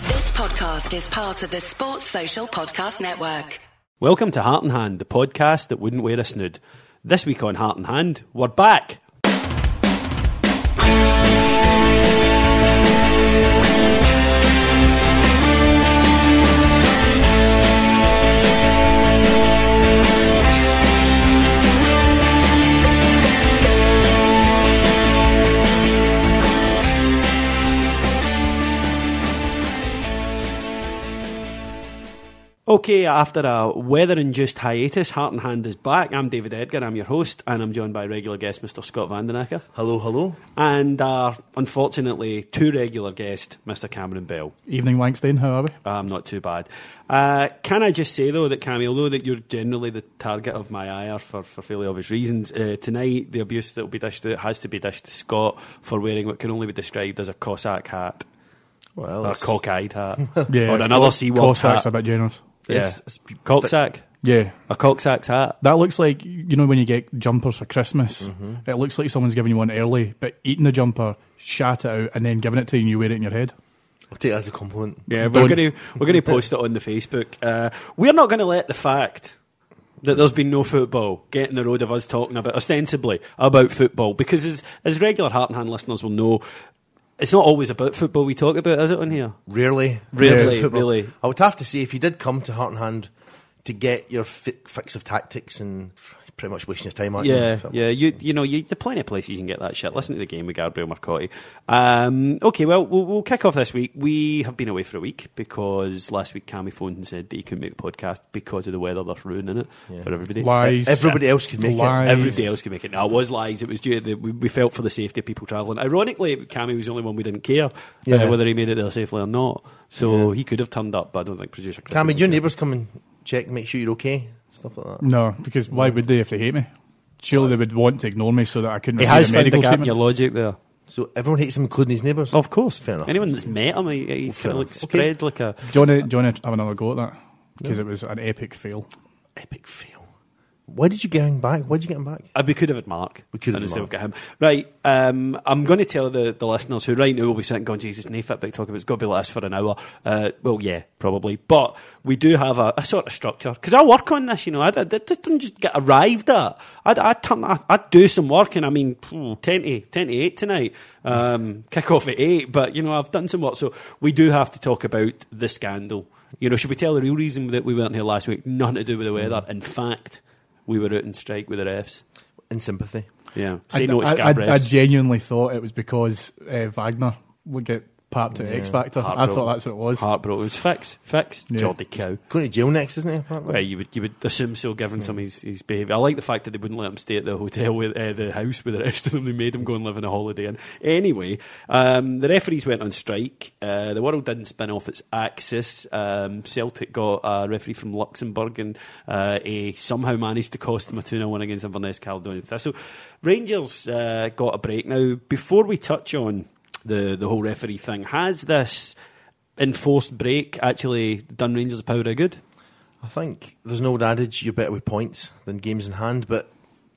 podcast is part of the Sports Social Podcast Network. Welcome to Heart and Hand, the podcast that wouldn't wear a snood. This week on Heart and Hand, we're back. Okay, after a weather induced hiatus, Heart and Hand is back. I'm David Edgar, I'm your host, and I'm joined by regular guest Mr. Scott Vandenacker. Hello, hello. And our, unfortunately, two regular guest, Mr. Cameron Bell. Ah, Evening, Langston. How are we? I'm not too bad. Uh, can I just say, though, that Cammy, although that you're generally the target of my ire for, for fairly obvious reasons, uh, tonight the abuse that will be dished out has to be dished to Scott for wearing what can only be described as a Cossack hat. Well, Or a it's- cockeyed hat. Yeah, or it's another called- Sea World Cossack's hat. a bit generous. yeah. It's- it's- Cocksack. Yeah, A Cocksack's hat. that looks like you know when you get jumpers for Christmas. Mm-hmm. It looks like someone's giving you one early, but eating the jumper, shat it out, and then giving it to you, and you wear it in your head. I'll take it as a compliment. Yeah, we're Don't- going to we're going to post it on the Facebook. Uh, we're not going to let the fact that there's been no football get in the road of us talking about ostensibly about football because as as regular Heart and Hand listeners will know, it's not always about football we talk about, is it? On here, Rarely, Rarely, Yeah, football. really. I would have to say, if you did come to Heart and Hand to get your fi- fix of tactics and pretty much wasting your time, aren't yeah, you? So- yeah. You you know, you, there's plenty of places you can get that shit. Listen to the game with Gabriel Marcotti. Um, okay, well, well, we'll kick off this week. We have been away for a week because last week Cammy phoned and said that he couldn't make the podcast because of the weather. That's ruining it for everybody. Lies. Everybody else could make it. Lies. Everybody else could make it. No, it was lies. It was due. To the, we, we felt for the safety of people travelling. Ironically, Cammy was the only one we didn't care uh, Yeah. whether he made it there safely or not. So he could have turned up, but I don't think producer. Chris Cammy, would your care. neighbours come and check, and make sure you're okay, stuff like that. No, because why would they if they hate me? Surely they would want to ignore me so that I couldn't He receive has a found a medical gap in your treatment. logic there. So everyone hates him, including his neighbours. Of course, Fair enough. Anyone that's met him, he, he kind fair of like enough. Okay. spread like a. Do you, want to, do you want to have another go at that? Because it was an epic fail. epic fail. Why did you get him back? Why did you get him back? Uh, we could have had Mark. We could have And instead had Mark. We've got him. Right. Um, I'm going to tell the, the listeners who right now will be sitting going, Jesus, nay, Fitbit talk about it's got to be last for an hour. Uh, well, yeah, probably. But we do have a, a sort of structure because I work on this. You know, I, I, this doesn't just get arrived at. I, I, turn, I, I do some work, and I mean, phew, 10 to, 10 to 8 tonight. Um, kick off at 8, but you know, I've done some work. So we do have to talk about the scandal. You know, should we tell the real reason that we weren't here last week? Nothing to do with the weather. In fact, we were out in strike with the refs. In sympathy. Yeah. I, Say no to I- I- I Scabrous. genuinely thought it was because uh, Wagner would get papped at X Factor. I Heartbroken. thought that's what it was. Heartbroken. It was fix, fix, Yeah. Geordie cow. Going to jail next, isn't he? Apparently. Well, you would you would assume so, given some of his, his behaviour. I like the fact that they wouldn't let him stay at the hotel with uh, the house with the rest of them. They made him go and live in a holiday inn. Anyway, um, the referees went on strike. Uh, the world didn't spin off its axis. Um, Celtic got a referee from Luxembourg, and uh, he somehow managed to cost them a two 0 win against Inverness Caledonian Thistle. Rangers uh, got a break now. Before we touch on the the whole referee thing, has this enforced break actually done Rangers a power of good? I think there's an old adage you're better with points than games in hand, but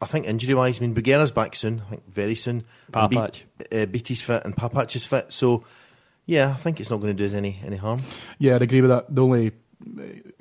I think injury wise, I mean, Bugera's back soon, I think very soon. And B- Papach. uh, BT's fit and Papach is fit, so yeah, I think it's not going to do us any, any harm. Yeah, I'd agree with that. The only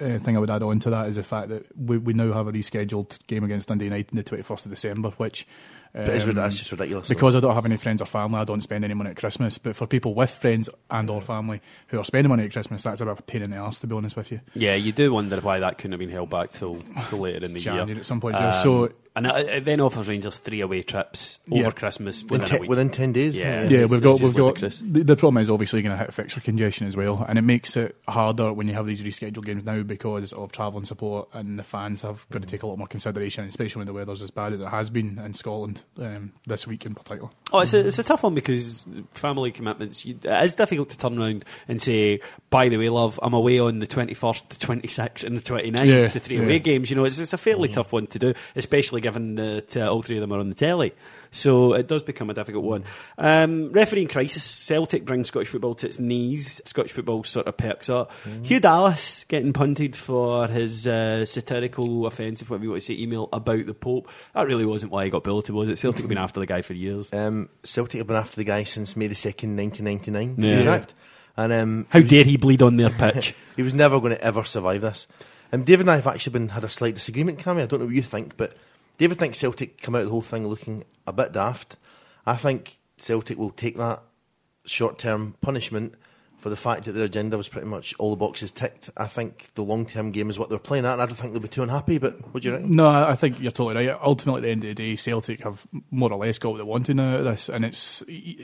uh, thing I would add on to that is the fact that we, we now have a rescheduled game against Dundee United on the 21st of December, which. Um, But it's rid- that's just ridiculous. Because I don't have any friends or family, I don't spend any money at Christmas. But for people with friends and or family who are spending money at Christmas, that's a bit of a pain in the arse, to be honest with you. Yeah, you do wonder why that couldn't have been held back till, till later in the year. Um, January at some point, yeah. So- and it, it then offers Rangers three away trips over Yeah. Christmas within within, a te- week. within 10 days. Yeah. yeah, it's- we've it's got just we've got ludicrous. the, the problem is obviously going to hit fixture congestion as well, and it makes it harder when you have these rescheduled games now because of travel and support, and the fans have got to take a lot more consideration, especially when the weather's as bad as it has been in Scotland um, this week in particular. Oh, it's a, it's a tough one because family commitments. You, it is difficult to turn around and say, by the way, love, I'm away on the 21st, the 26th, and the 29th Yeah, to three yeah. Mm. away games. You know, it's, it's a fairly tough one to do, especially given that uh, all three of them are on the telly. So it does become a difficult one. Um, refereeing crisis. Celtic brings Scottish football to its knees. Scottish football sort of perks up. Mm. Hugh Dallas getting punted for his uh, satirical, offensive, whatever you want to say, email about the Pope. That really wasn't why he got belted, was it? Celtic have been after the guy for years. Um, Celtic have been after the guy since May the 2nd, 1999. Yeah. Exact. And um, How dare he bleed on their pitch? he was never going to ever survive this. Um, David and I have actually been had a slight disagreement, Cammy. I don't know what you think, but David thinks Celtic come out of the whole thing looking a bit daft. I think Celtic will take that short term punishment for the fact that their agenda was pretty much all the boxes ticked. I think the long term game is what they're playing at, and I don't think they'll be too unhappy. But what do you reckon? No, I I think you're totally right. Ultimately, at the end of the day, Celtic have more or less got what they wanted out of this, and it's.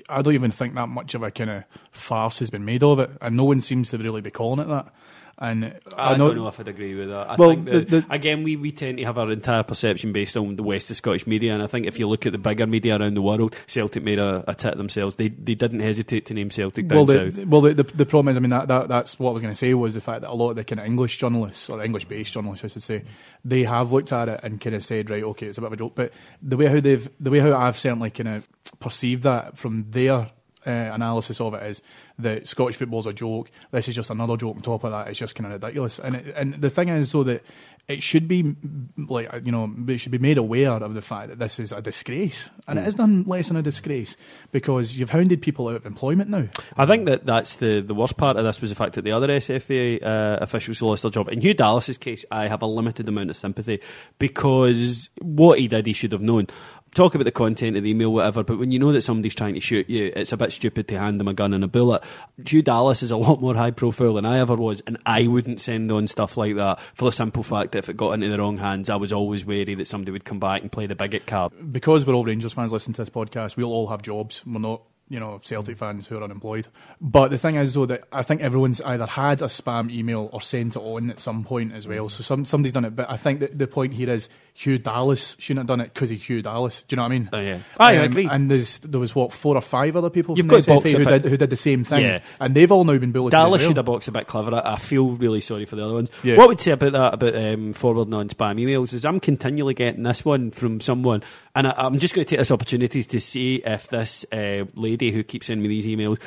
I don't even think that much of a kind of farce has been made of it, and no one seems to really be calling it that. And I, don't know if I'd agree with that. I Well, think that, the- the- again, we, we tend to have our entire perception based on the West of Scottish media, and I think if you look at the bigger media around the world, Celtic made a, a tit of themselves. They they didn't hesitate to name Celtic down well, south. the, well, the, the the problem is, I mean, that, that that's what I was going to say was the fact that a lot of the kind of English journalists or English based journalists, I should say, they have looked at it and kind of said, right, okay, it's a bit of a joke, but the way how they've the way how I've certainly kind of perceived that from their uh, analysis of it is that Scottish football's a joke. This is just another joke on top of that. It's just kind of ridiculous. And it, and the thing is, though, that it should be mm, like uh, you know it should be made aware of the fact that this is a disgrace, and Mm. it is none less than a disgrace because you've hounded people out of employment now. I think that that's the, the worst part of this was the fact that the other SFA uh, officials who lost their job. In Hugh Dallas's case, I have a limited amount of sympathy because what he did, he should have known. Talk about the content of the email, whatever, but when you know that somebody's trying to shoot you, it's a bit stupid to hand them a gun and a bullet. Hugh Dallas is a lot more high profile than I ever was, and I wouldn't send on stuff like that for the simple fact that if it got into the wrong hands, I was always wary that somebody would come back and play the bigot card. because we're all Rangers fans listening to this podcast, we'll all have jobs. We're not, you know, Celtic fans who are unemployed. But the thing is, though, that I think everyone's either had a spam email or sent it on at some point as well. So some, somebody's done it. But I think that the point here is Hugh Dallas shouldn't have done it because he's Hugh Dallas. Do you know what I mean? Um, Oh, yeah. Aye, I agree. And there's, there was, what, four or five other people You've from got the SFA Boxer who Pit. did, who did the same thing. Yeah. And they've all now been bulleted Dallas as well. should have boxed a bit cleverer. I feel really sorry for the other ones. Yeah. What I would say about that, about um, forward non spam emails, is I'm continually getting this one from someone, and I, I'm just going to take this opportunity to see if this uh, lady who keeps sending me these emails,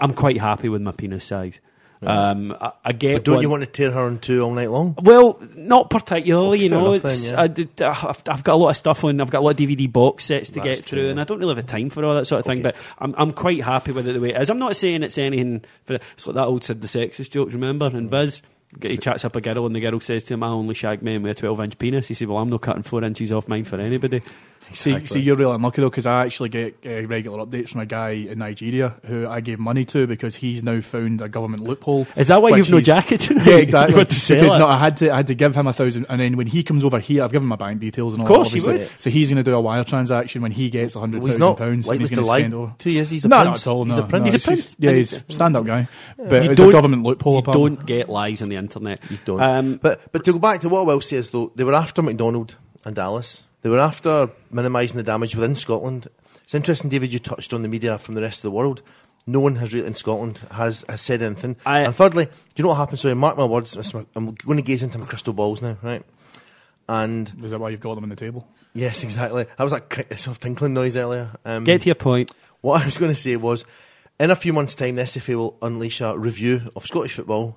I'm quite happy with my penis size. Um, I, I get. But don't one- you want to tear her in two all night long? well, not particularly, Well, you Oh, know. fair enough then, it's, yeah. I did, uh, I've, I've got a lot of stuff on. I've got a lot of DVD box sets to That's get true, through, yeah. and I don't really have time for all that sort of thing. Okay. But I'm, I'm quite happy with it the way it is. I'm not saying it's anything. For, it's like that old Sid the Sexist joke, remember? Mm. And Viz, he chats up a girl, and the girl says to him, "I only shag men with a 12 inch penis." He said, "Well, I'm not cutting four inches off mine for anybody." See, Exactly. see, you're really unlucky though, because I actually get uh, regular updates from a guy in Nigeria who I gave money to because he's now found a government loophole. Is that why which you've no he's- jacket tonight? Yeah, exactly. You had to sell because it. no, I had to, I had to give him a thousand, and then when he comes over here, I've given my bank details and all. course that, you obviously. would. So he's going to do a wire transaction when he gets a hundred Well, he's thousand not pounds, and likely he's to going to lie send over. to you. He's a no, prince. not at all. No, He's a prince. No, He's a it's just- prince. Yeah, he's a stand-up guy, but You it's a don't- government loophole. You apparently. don't get lies on the internet. You don't. Um, but but to go back to what Will says though, they were after McDonald and Dallas. They were after minimising the damage within Scotland. It's interesting, David. You touched on the media from the rest of the world. No one has really in Scotland has, has said anything. I- and thirdly, do you know what happened? Sorry, mark my words. this is my- I'm going to gaze into my crystal balls now, right? And Is that why you've got them on the table? yes, exactly. That was that cr- soft tinkling noise earlier. Um, get to your point. what I was going to say was, in a few months' time, the SFA will unleash a review of Scottish football,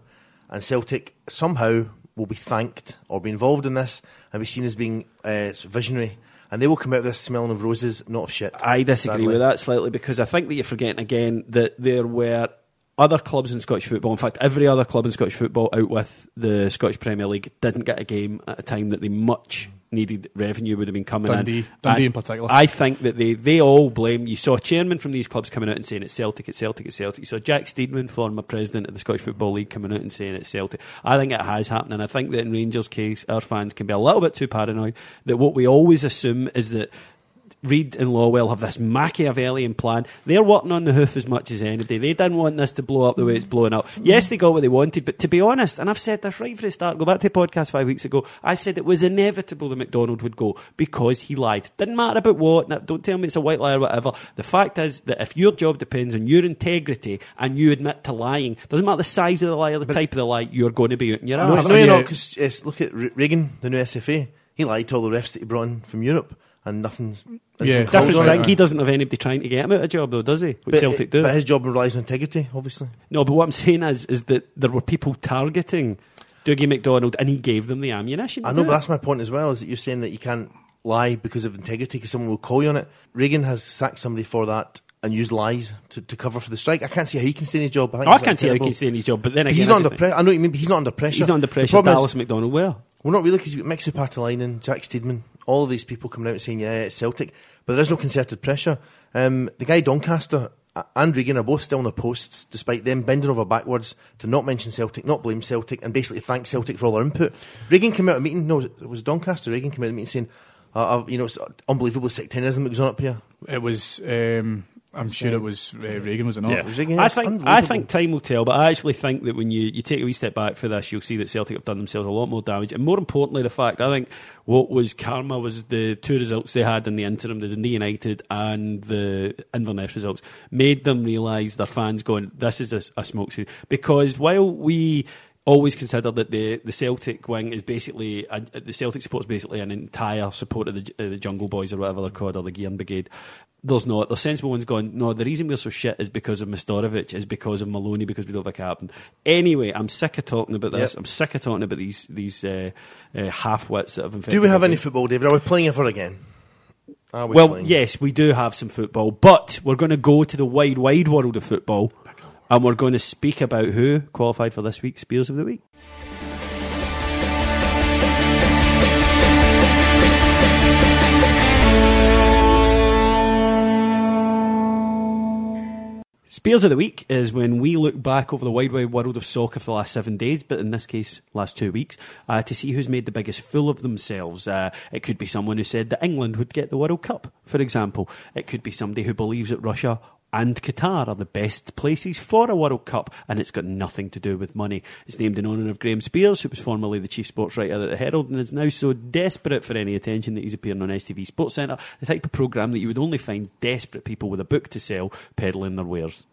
and Celtic somehow will be thanked or be involved in this and be seen as being uh, visionary. And they will come out of this smelling of roses, not of shit. I disagree sadly. with that slightly because I think that you're forgetting again that there were other clubs in Scottish football. In fact, every other club in Scottish football out with the Scottish Premier League didn't get a game at a time that they much needed revenue would have been coming in. Dundee- Dundee I- in particular. I think that they, they all blame. You saw chairman from these clubs coming out and saying it's Celtic, it's Celtic, it's Celtic. You saw Jack Steedman, former president of the Scottish Football League, coming out and saying it's Celtic. I think it has happened, and I think that in Rangers' case, our fans can be a little bit too paranoid that what we always assume is that Reid and Lawwell have this Machiavellian plan. They're working on the hoof as much as anybody. They didn't want this to blow up the way it's blowing up. Yes, they got what they wanted, but to be honest, and I've said this right from the start, go back to the podcast five weeks ago, I said it was inevitable that McDonald would go because he lied. Didn't matter about what, now, don't tell me it's a white lie or whatever. The fact is that if your job depends on your integrity and you admit to lying, doesn't matter the size of the lie or the type of the lie, you're going to be out and you're No, out. no, you're yeah. not, 'cause, yes, look at Re- Reagan, the new SFA. He lied to all the refs that he brought in from Europe, and nothing's. there's Yeah, no different calls on Different it. thing, he doesn't have anybody trying to get him out of a job though, does he? Which But- Celtic do. But his job relies on integrity, obviously. No, but what I'm saying is, is that there were people targeting Dougie McDonald, and he gave them the ammunition. to I know, do but it. that's my point as well. Is that you're saying that you can't lie because of integrity because someone will call you on it. Reagan has sacked somebody for that and used lies to, to cover for the strike. I can't see how he can stay in his job. I, think Oh, I it's can't see how he incredible. can stay in his job, but then But again, he's I not just under think- pressure. I know what you mean, but he's not under pressure. He's not under The pressure. problem is- Dallas McDonald, where? well, not really, because you've got Mixu Patalainen, Jack Steedman, all of these people coming out and saying, yeah, it's Celtic, but there is no concerted pressure. Um, the guy Doncaster a- and Regan are both still on their posts, despite them bending over backwards to not mention Celtic, not blame Celtic, and basically thank Celtic for all their input. Regan came out of a meeting, no, it was Doncaster, Regan came out of a meeting saying, uh, uh, you know, it's unbelievable sectarianism that goes on up here. It was. Um, I'm sure it was uh, Reagan, was it not? was Reagan, I it's think unbelievable. I think time will tell, but I actually think that when you, you take a wee step back for this, you'll see that Celtic have done themselves a lot more damage, and more importantly, the fact I think what was karma was the two results they had in the interim, the Dundee United and the Inverness results, made them realise their fans going, this is a, a smoke screen because while we always consider that the, the Celtic wing is basically a, the Celtic support's basically an entire support of the, uh, the Jungle Boys or whatever they're called or the Gearan Brigade. There's not. The sensible one's gone. No, the reason we're so shit is because of Mistorovic, is because of Maloney, because we don't have a captain. Anyway, I'm sick of talking about this. Yep. I'm sick of talking about these these uh, uh, half wits that have infected. Do we have our any game. football, David? Are we playing ever again? Are we Well, playing? yes, we do have some football, but we're going to go to the wide, wide world of football, and we're going to speak about who qualified for this week's Spears of the Week. Spears of the Week is when we look back over the wide, wide world of soccer for the last seven days, but in this case, last two weeks, uh, to see who's made the biggest fool of themselves. Uh, it could be someone who said that England would get the World Cup, for example. It could be somebody who believes that Russia and Qatar are the best places for a World Cup, and it's got nothing to do with money. It's named in honour of Graham Spears, who was formerly the chief sports writer at the Herald and is now so desperate for any attention that he's appearing on STV Sports Centre, the type of programme that you would only find desperate people with a book to sell peddling their wares.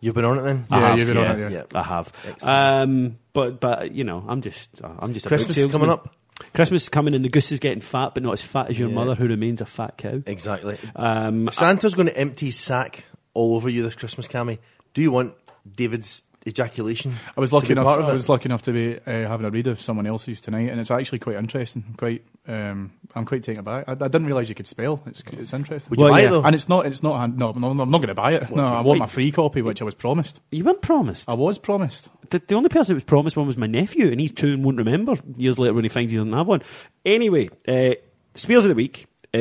You've been on it then? Yeah, I have, you've been on yeah, it, yeah. Yeah. I have. Um, but but you know, I'm just uh, I'm just a book Christmas is salesman. coming up. Christmas is coming, and the goose is getting fat, but not as fat as your Yeah. mother, who remains a fat cow. Exactly. Um, If Santa's going to empty his sack all over you this Christmas, Cammy, do you want David's ejaculation? I was to lucky be enough. part of I it? was lucky enough to be uh, having a read of someone else's tonight, and it's actually quite interesting. I'm quite, um, I'm quite taken aback. I, I didn't realise you could spell. It's, it's interesting. Would you Well, buy yeah. it though? And it's not. It's not. hand- No, no, no I'm not going to buy it. No, I want my free copy, which I was promised. you weren't promised. I was promised. The, the only person that was promised one was my nephew, and he's two and won't remember years later when he finds he doesn't have one. Anyway, uh, Spears of the Week, uh,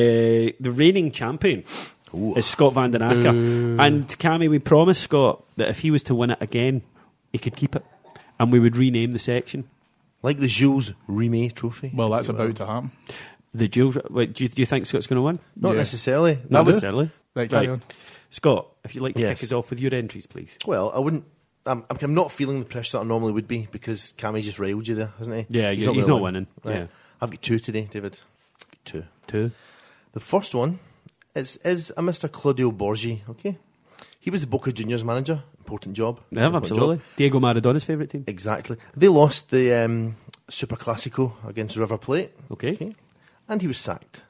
the reigning champion is Scott Van Den Acker. And Cammy, we promised Scott that if he was to win it again, he could keep it, and we would rename the section. like the Jules Rimet Trophy. Well, that's about to happen. The Jules. Wait, do you, do you think Scott's going to win? not yeah. necessarily. That Not was- necessarily. Right, carry on. Scott, if you'd like to Yes. kick us off with your entries, please. well, I wouldn't. I'm, I'm- I'm not feeling the pressure that I normally would be because Cammy just railed you there, hasn't he? Yeah, you- he's gonna not win. winning. Yeah. I've got two today, David. I've got Two. Two. The first one is is a Mr. Claudio Borgi. Okay, he was the Boca Juniors manager. Important job. Yeah, Important job. absolutely. Diego Maradona's favourite team. Exactly. They lost the um, Super Classico against River Plate. Okay. And he was sacked.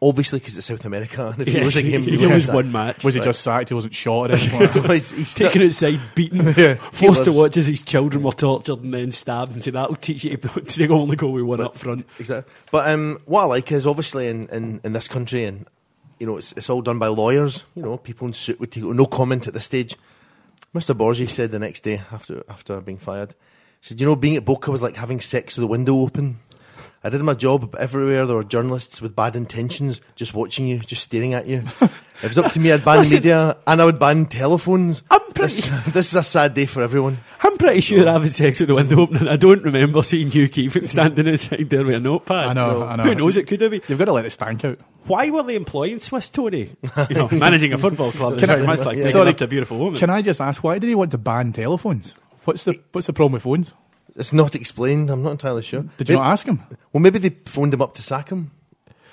Obviously, because it's South America. And if he Yeah, was a game, he he lose was one match. Was he just sacked? He wasn't shot or anything. like that? he's, he's still- Taken outside, beaten, Yeah. forced to lives- watch as his children were tortured and then stabbed. And so that'll teach you to only go with one up front. Exactly. But um, what I like is obviously in, in, in this country, and you know, it's, it's all done by lawyers. You know, people in suit would take no comment at this stage. Mr. Borgi said the next day after after being fired, he said, "You know, being at Boca was like having sex with the window open. I did my job, but everywhere there were journalists with bad intentions, just watching you, just staring at you. if it was up to me, I'd ban Listen- media and I would ban telephones. I'm pretty- This, this is a sad day for everyone. I'm pretty sure having sex with the window open, and I don't remember seeing you keep it standing outside there with a notepad. I know, I know. Who knows? It could have been. You've got to let the stank out. Why were they employing Swiss Tony? You know, managing a football club. is very much like Yeah. taking Sorry. after a beautiful woman. Can I just ask why did he want to ban telephones? What's the What's the problem with phones? It's not explained. I'm not entirely sure. Did you Maybe- not ask him? Well, maybe they phoned him up to sack him,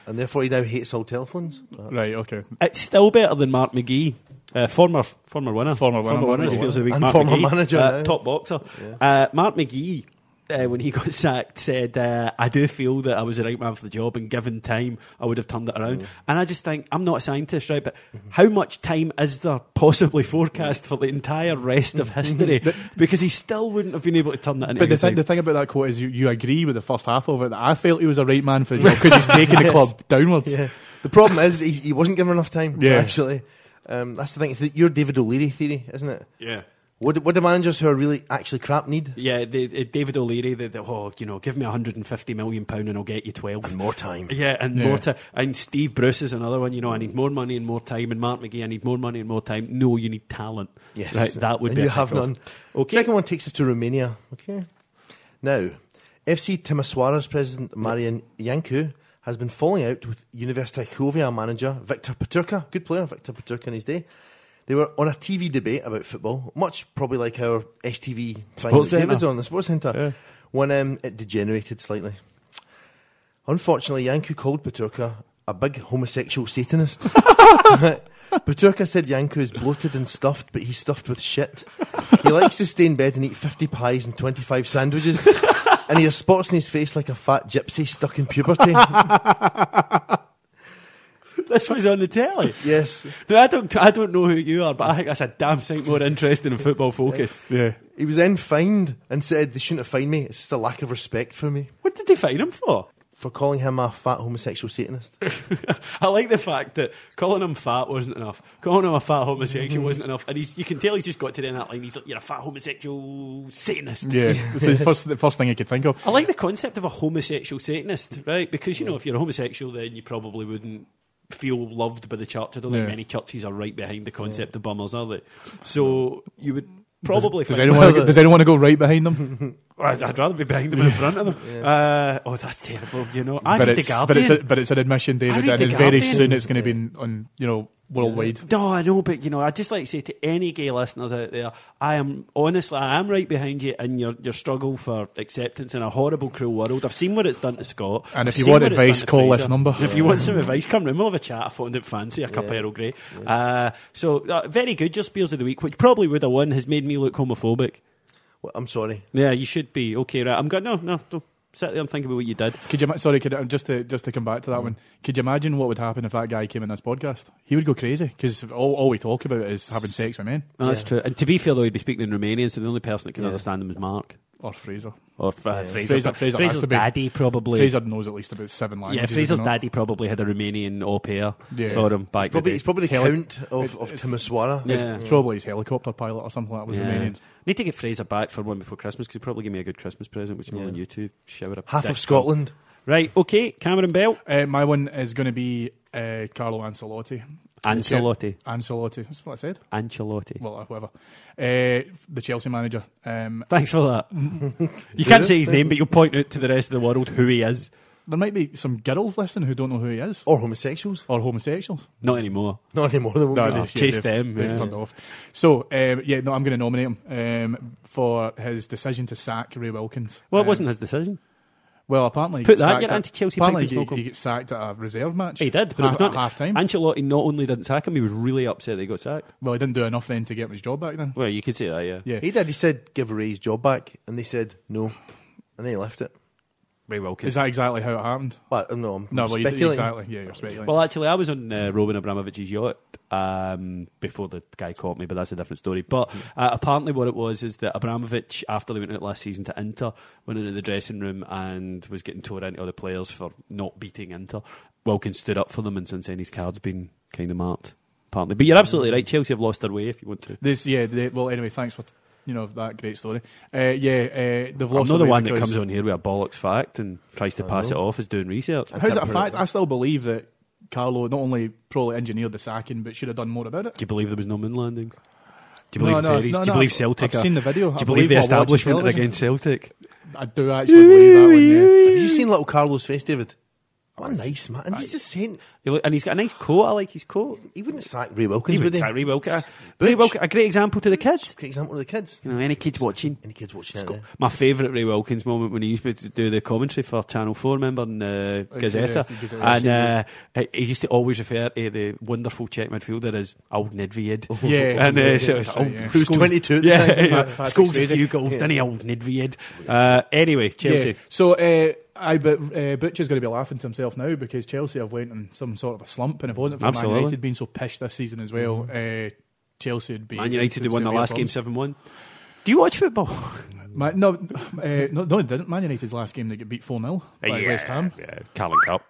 and therefore he now hates all telephones. Right. Okay. It's still better than Mark McGee, uh, former former winner, Former winner, former winner, Mark of Spears of the week, And Mark former McGee, manager uh, now. top boxer. Uh, Mark McGee, uh, when he got sacked, said, uh, "I do feel that I was the right man for the job, and given time, I would have turned it around." Mm-hmm. And I just think I'm not a scientist, right? But how much time is there possibly forecast for the entire rest of history? because he still wouldn't have been able to turn that into. Mm-hmm. But the anything. thing, the thing about that quote is you, you agree with the first half of it that I felt he was a right man for the job because he's taking the club downwards. Yeah. The problem is he, he wasn't given enough time. Yeah. Actually, Um, that's the thing. It's the, your David O'Leary theory, isn't it? Yeah. What do, what do managers who are really actually crap need? Yeah, the, the David O'Leary, the, the, oh, you know, give me 150 million pound and I'll get you 12. And more time. Yeah, and Yeah. more time. And Steve Bruce is another one. You know, I need more money and more time. And Mark McGee, I need more money and more time. No, you need talent. Yes, right, that would and be. you a have kick-off. none. Okay. Second one takes us to Romania. Okay. Now, FC Timisoara's president Marian Yancu has been falling out with University Cracovia manager Victor Peturka. Good player, Victor Peturka in his day. They were on a TV debate about football, much probably like our STV Sports thing that David's Centre. on the sports centre. Yeah. When um, it degenerated slightly. Unfortunately, Yanku called Peturka a big homosexual Satanist. Peturka said Yanku is bloated and stuffed, but he's stuffed with shit. He likes to stay in bed and eat 50 pies and 25 sandwiches. and he has spots in his face like a fat gypsy stuck in puberty. This was on the telly. yes. No, I don't, I don't know who you are, but I think that's a damn sight more interesting than football focus. Yeah. He was then fined and said they shouldn't have fined me. It's just a lack of respect for me What did they fine him for? for calling him a fat homosexual Satanist. I like the fact that calling him fat wasn't enough. Calling him a fat homosexual Mm-hmm. wasn't enough. And he's, you can tell he's just got to the end of that line. He's like, you're a fat homosexual Satanist. Yeah. It's the first, the first thing I could think of. I like the concept of a homosexual Satanist, right? Because, you know, if you're a homosexual, then you probably wouldn't feel loved by the church. I don't think Yeah. many churches are right behind the concept of bummers, are they? So you would probably Does find- anyone, wanna go- does anyone want to go right behind them? I'd, I'd rather be behind them in front of them. Uh, oh, that's terrible, you know. I but, read the it's, but, it's a, Guardian. but it's an admission, David, read and The it's very Guardian. soon it's going to be in- on, you know, worldwide. No, I know, but you know, I'd just like to say to any gay listeners out there, I am honestly, I am right behind you in your, your struggle for acceptance in a horrible, cruel world. I've seen what it's done to Scott. And if I've you seen want what it's advice, done to call this Fraser. number. And If you want some advice, come round. We'll have a chat. I phoned it fancy, a cup of Earl Grey. Uh, so, uh, very good. Your Spears of the Week, which probably would have won, has made me look homophobic. Well, I'm sorry. Yeah, you should be. Okay, right. I'm going, no, no, don't sit there and think about what you did. Could you? ima- Sorry, could, um, just to just to come back to Mm. that one. Could you imagine what would happen if that guy came in this podcast? He would go crazy because all, all we talk about is having sex with men No, that's true. And to be fair, though, he'd be speaking in Romanian, so the only person that can understand him is Mark. or Fraser. Or uh, Fraser, Fraser- Fraser has Fraser's to be- daddy probably. Fraser knows at least about seven yeah, languages. Fraser's doesn't he? daddy probably had a Romanian au pair Yeah. for him back Probably, in he's the day. probably the Tele- count of, of Timisoara. Yeah. It's probably his helicopter pilot or something like that was Yeah. Romanian. Need to get Fraser back for one before Christmas because he probably give me a good Christmas present, which I'm on YouTube. Shower up. Half of Scotland. Right, okay, Cameron Bell. Uh, my one is going to be uh, Carlo Ancelotti. Ancelotti. Ancelotti. That's what I said. Ancelotti. Well, uh, whatever. Uh, the Chelsea manager. Um, Thanks for that. you can't say his name, but you'll point out to the rest of the world who he is. there might be some girls listening who don't know who he is Or homosexuals. or homosexuals. Not anymore. Not anymore. They won't No, be no, there. yeah, chase they've- them, they've yeah. turned off. So um, yeah, no, I'm going to nominate him um, for his decision to sack Ray Wilkins. Well, it Um, wasn't his decision. Well, apparently he Put got that, sacked get at- anti-Chelsea Apparently pig and smoke he, 'em. he got sacked at a reserve match. He did, but half, it was not at half time. Ancelotti not only didn't sack him, he was really upset that he got sacked. well, he didn't do enough then to get him his job back. Then Well, you could say that, yeah. yeah, He did. He said, give Ray's job back. And they said, no. And then he left it. Ray is Wilkins. that exactly how it happened? But um, no, I'm No, well, you, speculating. exactly. Yeah, you're speculating. Well, actually, I was on uh, Roman Abramovich's yacht um, before the guy caught me, but that's a different story. But Mm-hmm. uh, apparently, what it was is that Abramovich, after they went out last season to Inter, went into the dressing room and was getting tore into other players for not beating Inter. Wilkins stood up for them, and since then his card's been kind of marked. Apparently, but you're absolutely Mm-hmm. right. Chelsea have lost their way. If you want to, this yeah. They, well, anyway, thanks for you know that great story. Uh, yeah, uh, they've I'm lost. not the away one that because- comes on here with a bollocks fact and tries to pass it off as doing research. I How's that can't a put it fact? I still believe that Carlo not only probably engineered the sacking, but should have done more about it. Do you believe there was no moon landing? Do you believe No, no, theories? no, Do you no, believe I've- Celtic? I've are- seen the video. Do I you believe believe the what I watch on establishment are television. against Celtic? I do actually believe that one. Yeah. Have you seen little Carlos' face, David? What a nice man. He's just saying You look- And he's got a nice coat. I like his coat. he wouldn't sack Ray Wilkins, He would would he? Tyree Wilker. Butch. Ray Wilker, a great example to the kids. Great example to the kids. You know, any kids watching. Any kids watching It's got- that? My favourite Ray Wilkins moment when he used to do the commentary for Channel 4, remember, in uh, Oh, Gazetta. Gazetta, Gazetta, I've And seen uh, he- he used to always refer to the wonderful Czech midfielder as old Nedved. Oh. Yeah, and uh, yeah, so it's that's right, old, yeah. Who's 22 at the yeah, time. yeah. Patrick Scholes a Swayze. few goals, didn't he, old Nedved? Uh, anyway, Chelsea. Yeah. So uh, I but uh, Butcher's going to be laughing to himself now because Chelsea have went in some sort of a slump, and if it wasn't for Absolutely. Mm-hmm. Man United being so pished this season as well, uh, Chelsea would be Man United who won the severe last game problems. 7 1. Do you watch football? Ma- no, uh, no, no, they didn't. Man United's last game they got beat four 0 by West Ham. Yeah, Carling Cup.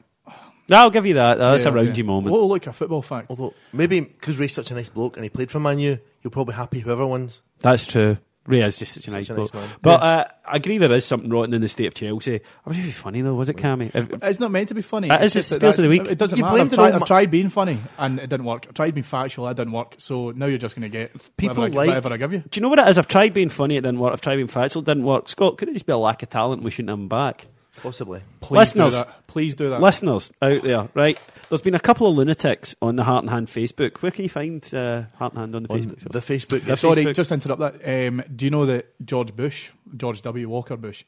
I'll give you that. That's Yeah, a roundy okay. moment. Oh, look, a football fact. Although maybe because Ray's such a nice bloke and he played for Man U, he'll probably be happy whoever wins. That's true. Ria is just such a nice a bloke. nice man. But uh, I agree there is something rotten in the state of Chelsea. I mean, it'd be funny though, was it, Cammy? If- It's not meant to be funny. That It's is just the spiels that's- of the week. It doesn't You matter. blamed I've it tried, on I've Ma- tried being funny and it didn't work. I've tried being factual, it didn't work. So now you're just going to get People whatever, I, like- whatever I give you. Do you know what it is? I've tried being funny, it didn't work. I've tried being factual, it didn't work. Scott, could it just be a lack of talent? and We shouldn't have him back. Possibly. Please Listeners. do that. Please do that. Listeners out there, right? There's been a couple of lunatics on the Heart and Hand Facebook. Where can you find uh, Heart and Hand on the On Facebook? the Facebook. Yeah, sorry, Facebook. just to interrupt that. Um, do you know that George Bush, George W. Walker Bush,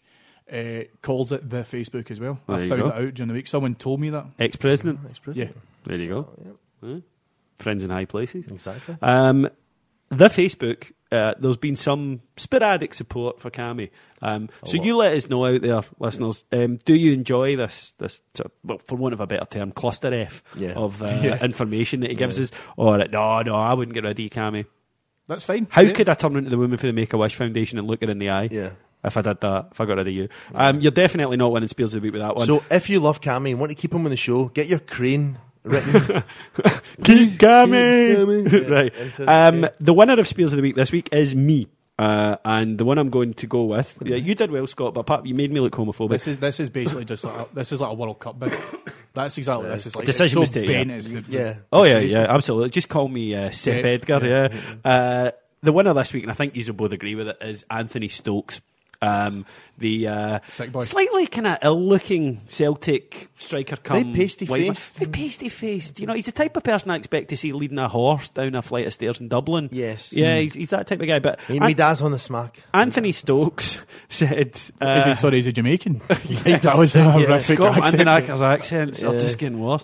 uh, calls it the Facebook as well? There I you found go. that out during the week. Someone told me that. Ex president. Yeah. There you go. Huh? Friends in high places. Exactly. Um, the Facebook, uh, there's been some sporadic support for Cami. Um, so you let us know out there, listeners. Um, do you enjoy this? This, sort of, well, for want of a better term, cluster f Yeah. of uh, Yeah. information that he gives us? Or no, no, I wouldn't get rid of you, Cami. That's fine. How Yeah. could I turn into the woman for the Make a Wish Foundation and look her in the eye? Yeah. If I did that, if I got rid of you, um, you're definitely not winning Spears of the Week with that one. So if you love Cammy and want to keep him on the show, get your crane written. Keep Keep coming. coming. Yeah, right. interesting. Um, the winner of Spears of the Week this week is me. Uh, and the one I'm going to go with, yeah, you did well, Scott, but Pat, you made me look homophobic. This is this is basically just like a, this is like a World Cup bid. That's exactly what this is like. It's Decision so mistake, yeah. bent, it's the- yeah. oh yeah, yeah, absolutely. Just call me uh, Seb Yeah, Edgar. Yeah. yeah, Uh, the winner this week, and I think you will both agree with it, is Anthony Stokes. Um, the uh, Sick boy. slightly kind of ill-looking Celtic striker, come pasty-faced. Very pasty faced. You know, he's the type of person I expect to see leading a horse down a flight of stairs in Dublin. Yes. yeah, he's, he's that type of guy. But Me, An- me dad's on the smack. Anthony Stokes said, Is he, uh, sorry, is he Jamaican? that does was a say, yeah. horrific Scott Van Den accent. Acker's accents are Yeah. just getting worse.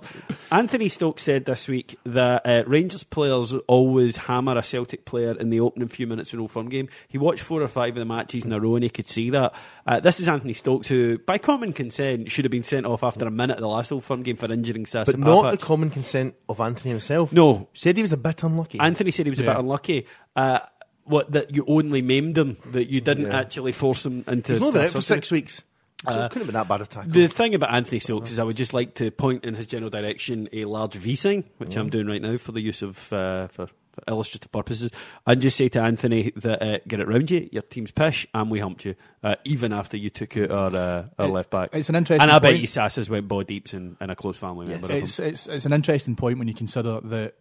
Anthony Stokes said this week that uh, Rangers players always hammer a Celtic player in the opening few minutes of an Old Firm game. He watched four or five of the matches in a row and he could see that. Uh, this is Anthony Stokes, who, by common consent, should have been sent off after a minute of the last Old Firm game for injuring Sasa But not the common consent of Anthony himself. No. Said he was a bit unlucky. Anthony said he was a bit Yeah. unlucky. Uh, what, that you only maimed him, that you didn't Yeah. actually force him into. He's only been out surgery. for six weeks. Uh, So it couldn't have been that bad a tackle. The thing about Anthony Stokes is I would just like to point in his general direction a large V sign, which I'm Mm. doing right now for the use of uh, for, for illustrative purposes, and just say to Anthony that uh, get it round you, your team's pish, and we humped you, uh, even after you took out our, uh, our It- left back. it's an interesting And I bet point. you Sasses went ball deeps in, in a close family member. of It's, him. it's it's an interesting point when you consider that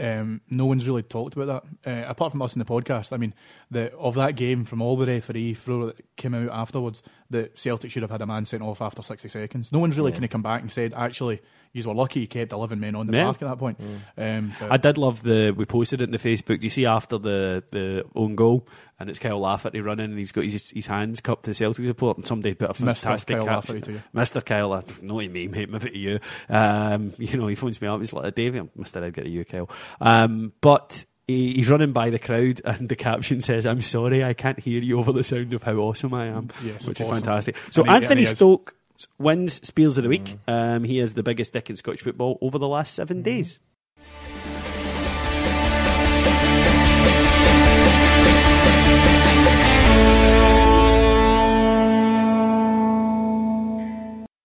um, no one's really talked about that uh, apart from us in the podcast. I mean, the of that game from all the referee throw that came out afterwards, that Celtic should have had a man sent off after sixty seconds. No one's really kind of come back and said, actually, you were lucky. You kept eleven men on the Yeah. Mm. park at that point. Um, but- I did love the. We posted it in the Facebook. Do you see after the, the own goal, and it's Kyle Lafferty running, and he's got his, his hands cupped to Celtic support, and somebody put a Mr. fantastic Kyle caption. Lafferty to you. Mr. Kyle, I not to me, mate, maybe to you. Um, you know, he phones me up. He's like, Davey, I'm Mr. Edgar to you, Kyle. Um, but he, he's running by the crowd, and the caption says, I'm sorry, I can't hear you over the sound of how awesome I am, Yes, which is awesome. fantastic. So And he- and Anthony he is. Mm. Stokes wins Spears of the Week. Um, he is the biggest dick in Scottish football over the last seven days.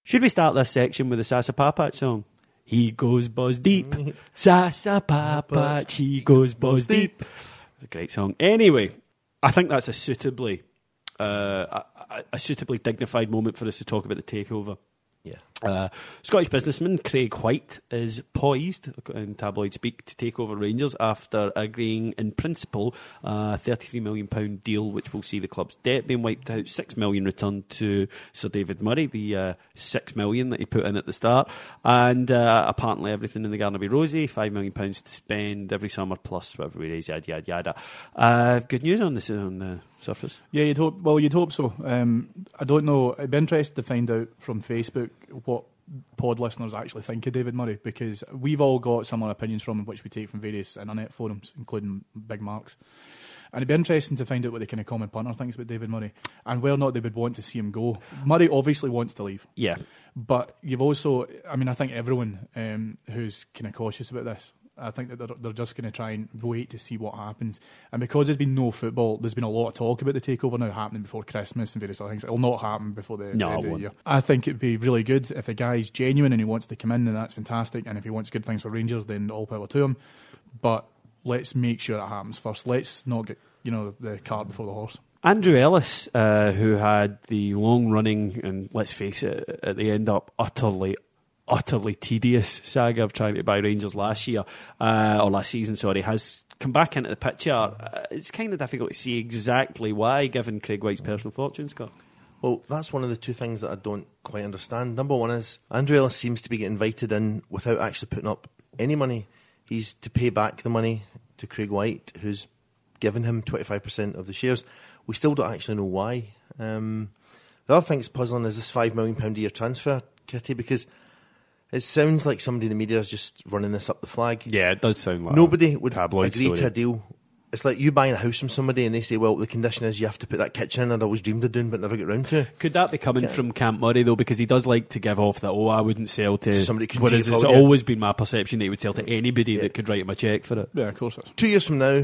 Should we start this section with the Sasa Papach song? He goes buzz deep. Sasa Papach, he goes buzz deep. It's a great song. Anyway, I think that's a suitably uh, a, a- a suitably dignified moment for us to talk about the takeover. yeah. Uh, Scottish businessman Craig White is poised, in tabloid speak, to take over Rangers after agreeing in principle a £33 million deal, which will see the club's debt being wiped out, £6 million returned to Sir David Murray, the uh, £6 million that he put in at the start, and uh, apparently everything in the garden will be rosy, £5 million to spend every summer plus whatever we raise, yada, yada, yada. Uh, good news on, this, on the surface. Yeah, you'd hope. Well, you'd hope so. Um, I don't know. I'd be interested to find out from Facebook what pod listeners actually think of David Murray because we've all got similar opinions from him, which we take from various internet forums, including Big Marks. And it'd be interesting to find out what the kind of common punter thinks about David Murray and whether or not they would want to see him go. Murray obviously wants to leave. Yeah. But you've also, I mean, I think everyone um, who's kind of cautious about this I think that they're, they're just going to try and wait to see what happens. And because there's been no football, there's been a lot of talk about the takeover now happening before Christmas and various other things. It'll not happen before the No, it the end of the won't. year. I think it'd be really good if the guy's genuine and he wants to come in, then that's fantastic. And if he wants good things for Rangers, then all power to him. But let's make sure it happens first. Let's not get you know the cart before the horse. Andrew Ellis, uh, who had the long running and let's face it, at the end up utterly, utterly tedious saga of trying to buy Rangers last year uh, or last season, sorry, has come back into the picture. Uh, it's kind of difficult to see exactly why, given Craig White's personal fortune, Scott. Well, that's one of the two things that I don't quite understand. Number one is Andrew Ellis seems to be getting invited in without actually putting up any money. He's to pay back the money to Craig White, who's given him 25% of the shares. We still don't actually know why. Um, the other thing that's puzzling is this £5 million a year transfer, Kitty, because it sounds like somebody in the media is just running this up the flag. Yeah, it does sound like Nobody would agree tabloid to a deal. It's like you buying a house from somebody and they say, well, the condition is you have to put that kitchen in I'd always dreamed of doing but never got round to. Could that be coming from Camp Murray though? Because he does like to give off that oh, I wouldn't sell to. To somebody who couldn't whereas take it it's forward, yeah. always been my perception that he would sell to anybody that could write him a check for it. Yeah, of course. That's, two years from now,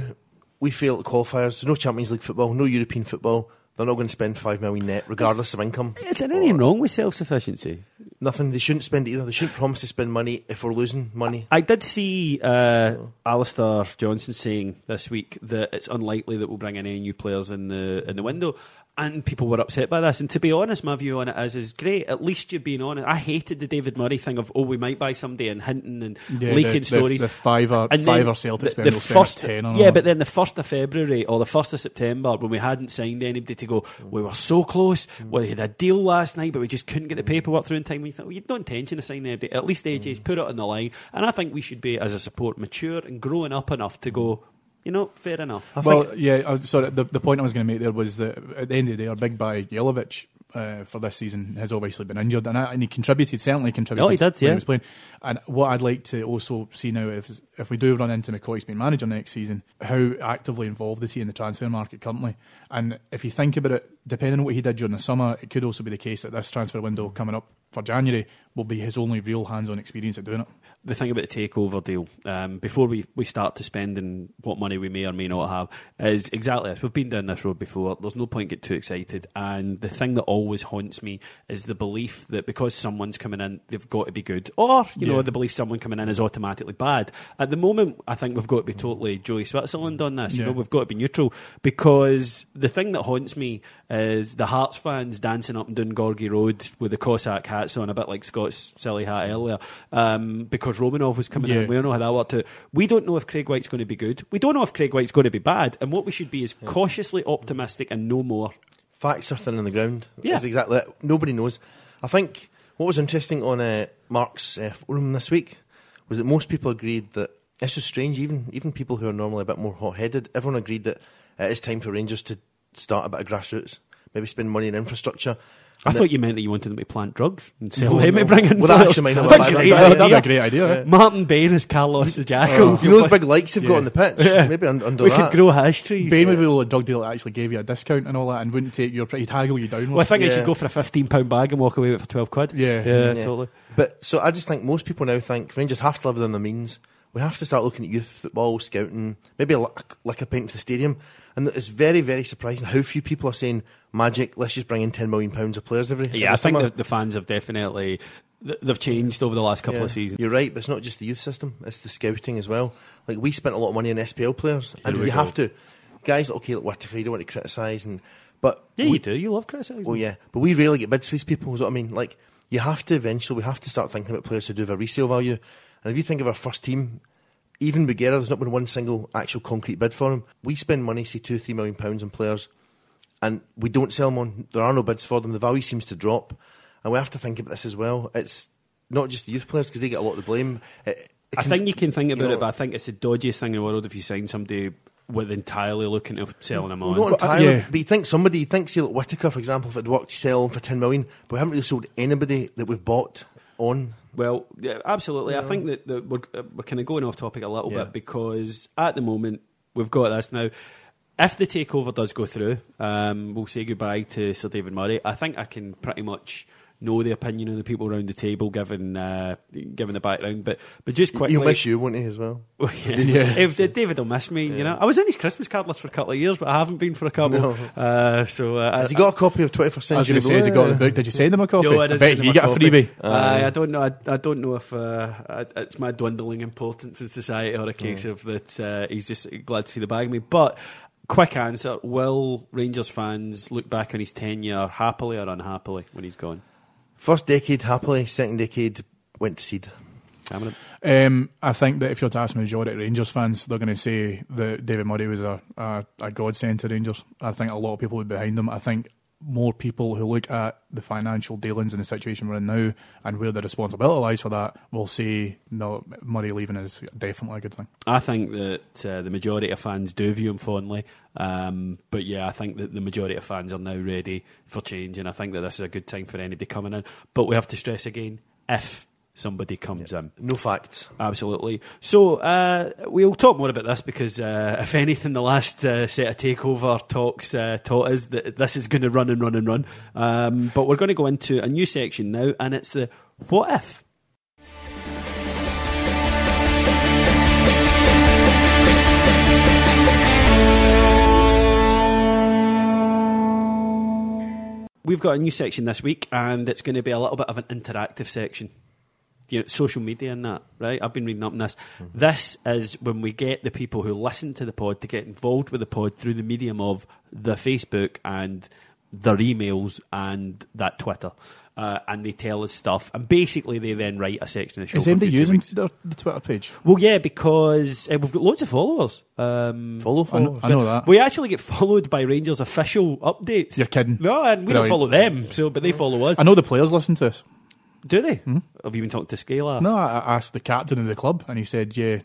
we fail at the qualifiers. There's no Champions League football, no European football. They're not going to spend five million net, regardless of income. Is there anything wrong with self sufficiency? Nothing. They shouldn't spend it either. They shouldn't promise to spend money if we're losing money. I did see uh, Alistair Johnson saying this week that it's unlikely that we'll bring in any new players in the in the window, and people were upset by this. And to be honest, my view on it is is great. At least you're being honest. I hated the David Murray thing of oh we might buy somebody and hinting and Yeah, leaking the- stories. The, the fiver, And then fiver Celtic spend will spend first, ten on yeah, it. but then the first of February or the first of September, when we hadn't signed anybody to go, we were so close. We had a deal last night, but we just couldn't get the paperwork through in time. We thought well, you'd no intention of signing anybody. At least AJ's put it on the line, and I think we should be as a support mature and growing up enough to go. You know, fair enough. I well, think yeah, I was, sorry. The, the point I was going to make there was that at the end of the day, our big buy Jelovic uh, for this season has obviously been injured, and, I, and he contributed certainly contributed. Oh, he did, when yeah. he was playing. And what I'd like to also see now if if we do run into McCoy's being manager next season, how actively involved is he in the transfer market currently? And if you think about it, depending on what he did during the summer, it could also be the case that this transfer window coming up for January will be his only real hands-on experience at doing it. the thing about the takeover deal, um, before we, we start to spending what money we may or may not have, is exactly this. We've been down this road before. There's no point get too excited. And the thing that always haunts me is the belief that because someone's coming in, they've got to be good. Or, you know, Yeah. the belief someone coming in is automatically bad. At the moment, I think we've got to be totally Joey Switzerland on this. You know, Yeah. we've got to be neutral because the thing that haunts me is the Hearts fans dancing up and down Gorgie Road with the Cossack hats on, a bit like Scott's silly hat earlier, um, because Romanov was coming in. Yeah. We don't know how that worked out. We don't know if Craig White's going to be good. We don't know if Craig White's going to be bad. And what we should be is cautiously optimistic and no more. facts are thin on the ground. Yeah. That's exactly it. Nobody knows. I think what was interesting on uh, Mark's uh, forum this week was that most people agreed that this is strange. Even even people who are normally a bit more hot-headed, everyone agreed that it is time for Rangers to start a bit of grassroots, maybe spend money on infrastructure. I And that- thought you meant that you wanted them to plant drugs and sell No, them no. and bring in Well, that players. actually might not be a That's a great bad idea. Oh. That'd be a idea. great idea. eh? Martin Bain is Carlos the Jackal. you know those big lights they've got Yeah. on the pitch. Yeah. Maybe under, under we that. could grow hash trees. uh, Bain would be a drug dealer that actually gave you a discount and all that and wouldn't take your he'd haggle you down. Well, I think they Yeah. should go for a fifteen pound bag and walk away with it for twelve quid. Yeah. yeah, Yeah. totally. But so I just think most people now think Rangers have to live within their means. We have to start looking at youth football, scouting, maybe a, li- like a paint for the stadium. And it's very, very surprising how few people are saying, Magic, let's just bring in £10 million of players every Yeah, every I think summer." the, the fans have definitely th- they've changed over the last couple Yeah. of seasons. You're right, but it's not just the youth system, it's the scouting as well. Like, we spent a lot of money on SPL players, Here and you we go. have to. Guys, okay, look, Whittaker, you don't want to criticise, and but Yeah, we- you do. You love criticising. Oh yeah, but we rarely get bids for these people. Is what I mean. Like you have to eventually, we have to start thinking about players who do have a resale value. And if you think of our first team, even Bugera, there's not been one single actual concrete bid for him. We spend money, say two, three million pounds on players, and we don't sell them on. There are no bids for them. The value seems to drop, and we have to think about this as well. It's not just the youth players because they get a lot of the blame. It- it I can- think you can think about know- it, but I think it's the dodgiest thing in the world if you sign somebody with entirely looking to selling them Well, on. Not Well, uh, entirely, yeah. but you think somebody, you think, say, like Whitaker, for example, if it worked, you sell him for 10 million, but we haven't really sold anybody that we've bought on Well, yeah, absolutely. I think that, that we're, uh, we're kind of going off topic a little Yeah. bit because at the moment we've got this now. If the takeover does go through, um, we'll say goodbye to Sir David Murray. I think I can pretty much know the opinion of the people around the table, given uh, given the background. But but just quickly, He'll miss you, won't he, as well? Well, yeah. Yeah. If the- David will miss me, you know. I was in his Christmas card list for a couple of years, but I haven't been for a couple. No. Uh, so uh, Has I, he got a copy of 21st I was Century going to say, has he got the book? Did you send him a copy? No, I didn't bet send him you get copy. a freebie. Aye, I don't know. I, I don't know if uh, I, it's my dwindling importance in society or a case of that uh, he's just glad to see the bag of me. But quick answer: Will Rangers fans look back on his tenure happily or unhappily when he's gone? First decade, happily. Second decade, went to seed. Cameron, Um, I think that if you're to ask the majority of Rangers fans, they're going to say that David Murray was a, a, a godsend to Rangers. I think a lot of people would be behind him. I think more people who look at the financial dealings and the situation we're in now and where the responsibility lies for that will say, no, Murray leaving is definitely a good thing. I think that uh, the majority of fans do view him fondly, um, but yeah, I think that the majority of fans are now ready for change, and I think that this is a good time for anybody coming in. But we have to stress again: if somebody comes in. No facts. Absolutely. So uh, we'll talk more about this because, uh, if anything, the last uh, set of takeover talks uh, taught us that this is going to run and run and run. Um, but we're going to go into a new section now, and it's the what if. We've got a new section this week, and it's going to be a little bit of an interactive section you know, social media and that, right? I've been reading up on this. Mm-hmm. This is when we get the people who listen to the pod to get involved with the pod through the medium of the Facebook and their emails and that Twitter. Uh, and they tell us stuff. And basically, they then write a section of the show. Is for anybody future using weeks. the, the Twitter page? Well, yeah, because uh, we've got loads of followers. Um, Follow, I follow. know, I know that. we actually get followed by Rangers official updates. You're kidding. No, and we don't Brilliant. follow them, so but they follow us. I know the players listen to us. Do they? Hmm? Have you been talking to Scala? No, I I asked the captain of the club and he said, yeah,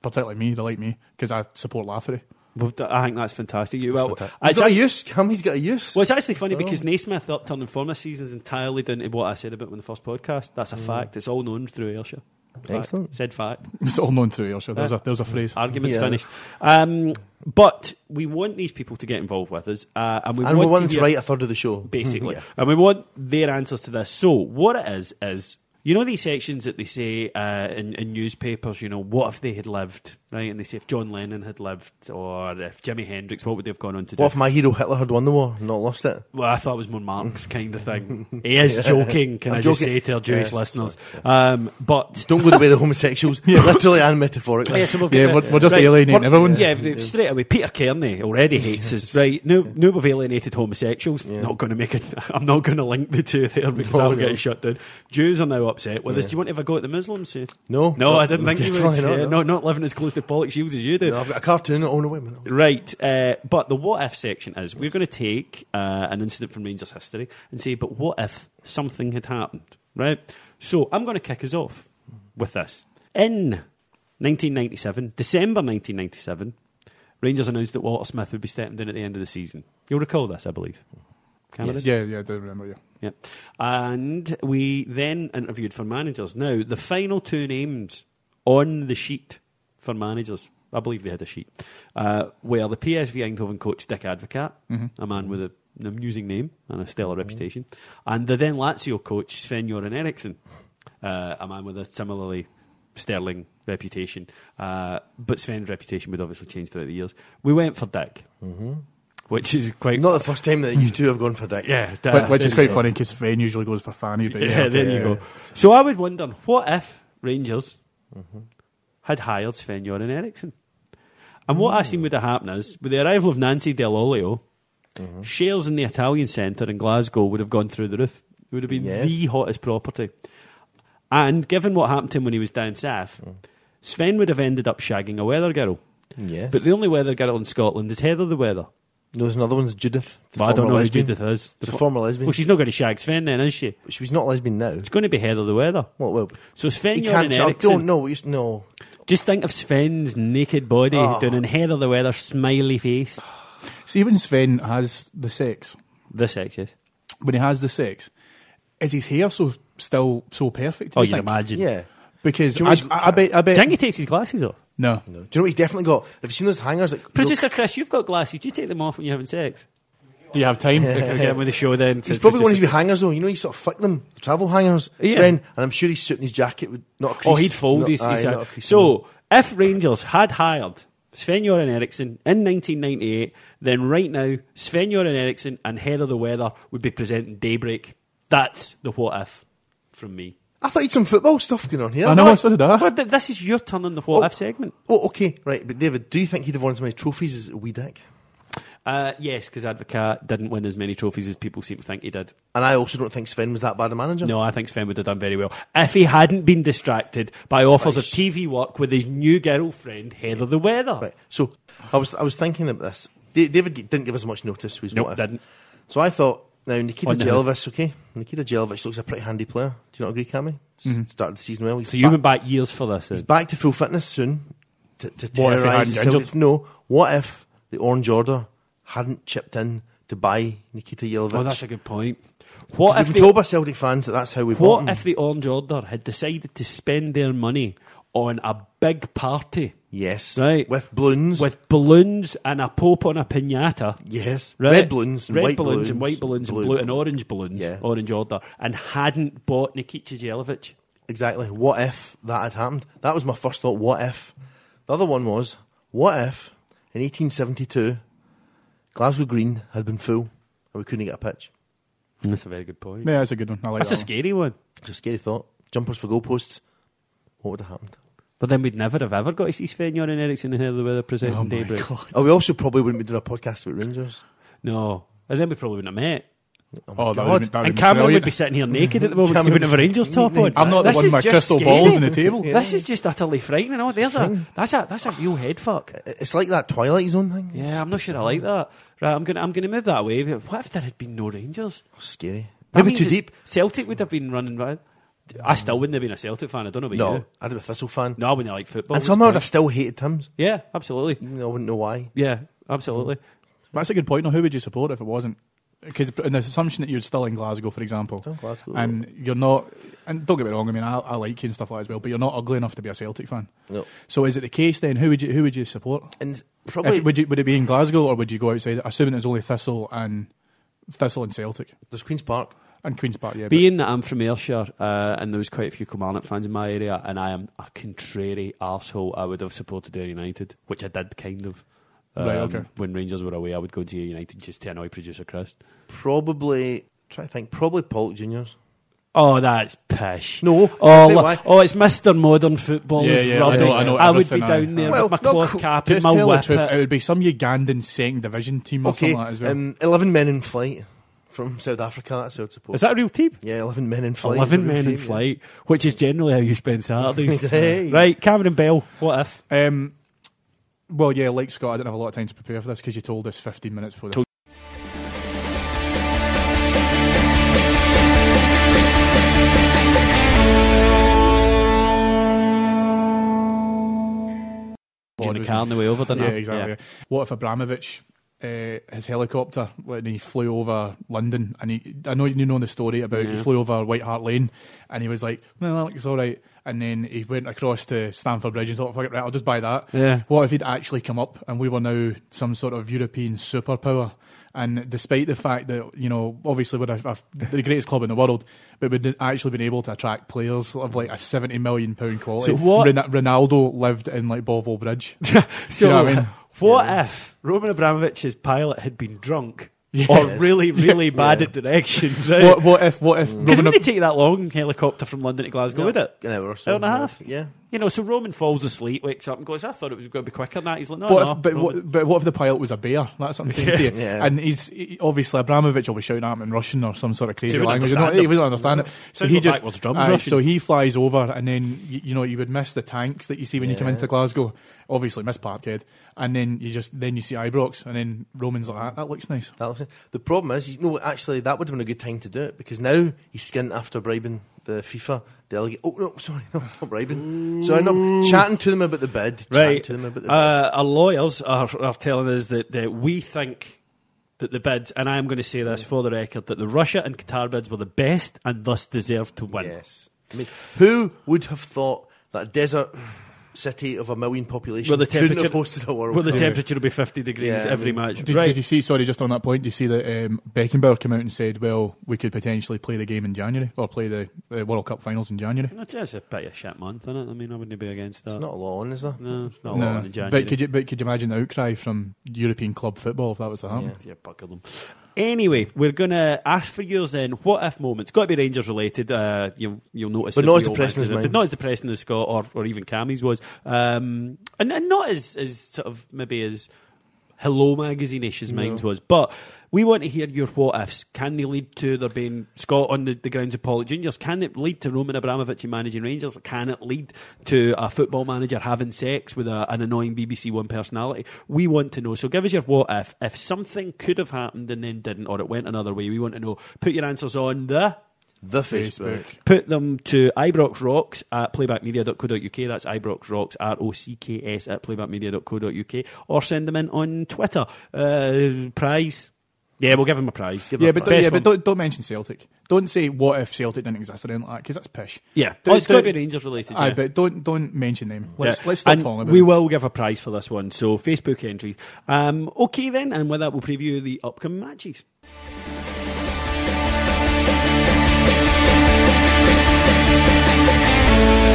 particularly me, they like me because I support Lafferty. Well, th- I think that's fantastic. You well, He's it's got a ac- use. Cammy's got a use. well, it's actually funny because Naismith upturn in form this season is entirely down to what I said about him in the first podcast. That's a fact. It's all known through Ayrshire. Fact. Mm. Excellent. Said fact. It's all known through Ayrshire. There's a, there's a phrase. Argument's Yeah. finished. Um, but we want these people to get involved with us, uh, and we and we want want to them to hear- write a third of the show. basically. Mm-hmm, Yeah. And we want their answers to this. So, what it is, is you know these sections that they say uh, in, in newspapers, you know, what if they had lived, right? And they say if John Lennon had lived or if Jimi Hendrix, what would they have gone on to do? What if my hero Hitler had won the war and not lost it? Well, I thought it was more Mark's kind of thing. He is joking, can I'm I just joking. say to our Jewish Yes, listeners? sorry, Um, but. Don't go the way of the homosexuals, literally and metaphorically. Yeah, so we've Yeah, got- we're- we're just alienating everyone. Yeah, straight away. Peter Kearney already hates us, right? Now, now we've alienated homosexuals. Not going to make it. I'm not going to link the two there because No, that'll no. get us shut down. Jews are now upset with us. Do you want to have a go at the Muslims? Sue? No. no, No, I didn't think you would. definitely not, yeah, no, no. not living as close to Pollock Shields as you do. No, I've got a cartoon. Oh no, wait a minute. Right, uh, but the what if section is we're going to take uh, an incident from Rangers history and say, but what if something had happened, right? So I'm going to kick us off with this. In 1997, December 1997, Rangers announced that Walter Smith would be stepping down at the end of the season. You'll recall this, I believe. Cameron? Yeah, yeah, I do remember you. Yeah. And we then interviewed for managers. Now, the final two names on the sheet for managers, I believe they had a sheet, uh, were the PSV Eindhoven coach Dick Advocat, Mm-hmm. a man with a, an amusing name and a stellar reputation, and the then Lazio coach Sven Göran Eriksson, uh, a man with a similarly sterling reputation. Uh, but Sven's reputation would obviously change throughout the years. We went for Dick, Mm-hmm. which is quite. Not the first time that you two have gone for dick. yeah, But- Dick. which is there you quite go. funny because Fane usually goes for Fanny. But yeah, Yeah, there okay. you go. So I would wonder what if Rangers had hired Sven Göran Eriksson? And what I seen would have happened is, with the arrival of Nancy Del Olio, shares in the Italian centre in Glasgow would have gone through the roof. It would have been Yes. the hottest property. And given what happened to him when he was down south, Sven would have ended up shagging a weather girl. Yes. But the only weather girl in Scotland is Heather the Weather. no, there's another one's Judith. the Well, I don't former know who lesbian. Judith is. She's fo- a former lesbian. Well, she's not going to shag Sven then, is she? She was not lesbian now. It's going to be Heather the Weather. What well, So Sven he can't. Göran I Eriksson. don't know. He's, no. Just think of Sven's naked body Oh. down in Heather the Weather smiley face. See, when Sven has the sex, The sex is. when he has the sex, is his hair so still so perfect? do Oh, you you can think? imagine. Yeah. Because Do you I, want- I, I bet, I Do bet. you think he takes his glasses off? no, No. Do you know what he's definitely got? Have you seen those hangers? That Producer Chris, you've got glasses. Do you take them off when you're having sex? Do you have time? Again with the show then. He's probably one of his hangers though. You know, he sort of flicked them travel hangers. Yeah. Sven, and I'm sure his suit and his jacket would not. A crease, Oh, he'd fold not- his, aye, his not hand. a crease in them. So, if Rangers had hired Sven Göran Eriksson in 1998, then right now Sven Göran Eriksson and Heather the Weather would be presenting Daybreak. That's the what if from me. I thought he'd some football stuff going on here. I know, so did I. Well, th- this is your turn on the what Oh. if segment. Oh, okay, right. But David, do you think he'd have won as many trophies as a wee dick? Uh, yes, because Advocat didn't win as many trophies as people seem to think he did. And I also don't think Sven was that bad a manager. No, I think Sven would have done very well if he hadn't been distracted by offers of TV work with his new girlfriend, Heather the Weather. Right. So I was I was thinking about this. Da- David g- didn't give us much notice. Was Nope, what if. didn't. Oh, So I thought now Nikita On the hoof. Jelvis, okay, Nikita Jelvis looks a pretty handy player. Do you not agree, Cammy? S- Started the season well. He's Mm-hmm. So you went back years for this. then? back to full fitness soon to, to What if he terrorise hadn't the injured? Celtics. No, what if the Orange Order hadn't chipped in to buy Nikita Yelovich? Oh, that's a good point. What if we the- told our Celtic fans that that's how we bought him. What if the Orange Order had decided to spend their money on a big party yes, Right. With balloons, with balloons and a pope on a pinata? yes, Right? red balloons, and red white balloons, and white balloons, and blue and orange balloons, Yeah. orange order, and hadn't bought Nikita Jelic. Exactly. What if that had happened? That was my first thought. What if? The other one was, what if in 1872 Glasgow Green had been full and we couldn't get a pitch? Hmm. That's a very good point. Yeah, that's a good one. I like That's that a scary one. It's a scary thought. Jumpers for goalposts. What would have happened? But then we'd never have ever got to see Sven Göran Eriksson and Heather Weather presenting one. Oh my Daybreak. god! Oh, we also probably wouldn't be doing a podcast about Rangers. No. And then we probably wouldn't have met. Oh, my Oh, that God. would have been, that would have and been Cameron brilliant. would be sitting here naked at the moment 'cause he wouldn't have Cameron a would- Rangers top on. I'm not the This one is with my just crystal scary. balls on the table. Yeah. This is just utterly frightening. Oh, there's a that's a that's a real head fuck. It's like that Twilight Zone thing. It's Yeah, I'm not sure I like that. Right, I'm gonna I'm gonna move that away. What if there had been no Rangers? scary. That Maybe means too that deep. Celtic would have been running round. I still wouldn't have been a Celtic fan. I don't know about No, you. I'd be a Thistle fan. No, I wouldn't have liked football. and What's somehow the I'd point? have still hated Tims. yeah, absolutely. Even though I wouldn't know why. Yeah, absolutely. That's a good point. Now, who would you support if it wasn't? Because an assumption that you're still in Glasgow, for example, Still in Glasgow. and you're not. And don't get me wrong. I mean, I, I like you and stuff like that as well, but you're not ugly enough to be a Celtic fan. No. So is it the case then? Who would you who would you support? And If- probably would you would it be in Glasgow or would you go outside? Assuming there's only Thistle and Thistle and Celtic there's Queen's Park. and Queens Park. Yeah, Being that I'm from Ayrshire uh, and there was quite a few Kilmarnock fans in my area, and I am a contrary arsehole, I would have supported Air United, which I did kind of. Right, Um, okay. When Rangers were away, I would go to Air United just to annoy producer Chris. Probably try to think. Probably Pollock Juniors. Oh, that's pish. No, Oh, I'll tell you lo- why. oh, it's Mr. Modern Football. Yeah, is yeah, I rubbish. know- I know would be everything, aye. down there Well, with my not cloth qu- cap and Just my tell the whip. truth. it. It would be some Ugandan second division team or Okay, something like that as well. um, eleven men in flight from South Africa. That's who I'd support. Is that a real team? yeah, eleven men in flight. is a 11 real men in team, yeah. flight, which is generally how you spend Saturdays. Hey. Right, Cameron Bell, what if? Um, well, yeah, like Scott, I didn't have a lot of time to prepare for this because you told us 15 minutes before. The- Told- Johnny wasn't Carr on the way over, didn't yeah, I? exactly. What if Abramovich, uh, his helicopter, when he flew over London, and he, I know you know the story about Yeah. he flew over White Hart Lane, and he was like, "No, Alex, it's all right." And then he went across to Stamford Bridge and thought, "Fuck it, right, I'll just buy that." Yeah. What if he'd actually come up and we were now some sort of European superpower? And despite the fact that, you know, obviously we're a, a- the greatest club in the world, but we'd actually been able to attract players of like a £70 million So quality. what- Ren- Ronaldo lived in like Bovril Bridge. So, you know what I mean? what if Roman Abramovich's pilot had been drunk Yes. or really, really bad at directions? Right? what, what if, what if, Because it Roman, wouldn't take that long helicopter from London to Glasgow, would it? An hour or so. Hour and a half. Yeah. You know, so Roman falls asleep, wakes up and goes, I thought it was going to be quicker than that. He's like, no, what no. if, but, Roman- what, but what if the pilot was a bear? That's what I'm saying to you. Yeah. And he's he- obviously Abramovich will be shouting at him in Russian or some sort of crazy He wouldn't language. understand No, he him. wouldn't understand it. So Sounds he like just backwards drums, aye, Russian. so he flies over, and then you, you know you would miss the tanks that you see when you come Yeah. into Glasgow. Obviously miss Parkhead, and then you just then you see Ibrox, and then Roman's like "Ah, that. That looks nice. That was it. the problem is, you know, actually, that would have been a good time to do it because now he's skint after bribing the FIFA delegate. Oh no, sorry, no, not bribing. Sorry, no, chatting to them about the bid. Chatting Right. to them about the bid. Uh, our lawyers are, are telling us that uh, we think that the bids, and I am going to say Mm. this for the record, that the Russia and Qatar bids were the best and thus deserved to win. Yes. I mean, who would have thought that desert city of a million population Well, the couldn't temperature- have hosted a World Well, the Cup. temperature will be 50 degrees Yeah, I every mean- match. Did, right. did you see? Sorry, just on that point, do you see that um, Beckenbauer came out and said, "Well, we could potentially play the game in January or play the, the World Cup finals in January." That's a bit of a shit month, isn't it? I mean, I wouldn't be against that. It's not a lot on, is there? no, it's not a lot No, in January. but could you but could you imagine the outcry from European club football if that was to happen? Yeah, buckle them. Anyway, we're gonna ask for yours then. What if moments? Got to be Rangers related. Uh, you, you'll notice, But that not we as all depressing mentioned as it, mine. But not as depressing as Scott or, or even Cammy's was, um, and, and not as as sort of maybe as Hello magazine ish as mine was. But we want to hear your what ifs. Can they lead to there being Scott on the, the grounds of Paul Juniors? Can it lead to Roman Abramovich in managing Rangers? Can it lead to a football manager having sex with a, an annoying BBC One personality? We want to know. So give us your what if. If something could have happened and then didn't, or it went another way, we want to know. Put your answers on the The Facebook. Facebook. put them to Ibrox Rocks at playbackmedia.co.uk. That's Ibrox Rocks, R O C K S, at playbackmedia.co.uk, or send them in on Twitter. Uh, prize. Yeah, we'll give them a prize. Give Yeah, them but, a don't, Best yeah, but one. don't, don't mention Celtic. Don't say what if Celtic didn't exist or anything like that because that's pish. Yeah. Don't- Oh, it's got to don't- be Rangers related. Aye, yeah. but don't don't mention them. Yeah. Let's let's stop And talking about. We them. will give a prize for this one. So Facebook entries. Um, okay then, and with that, we'll preview the upcoming matches. Nice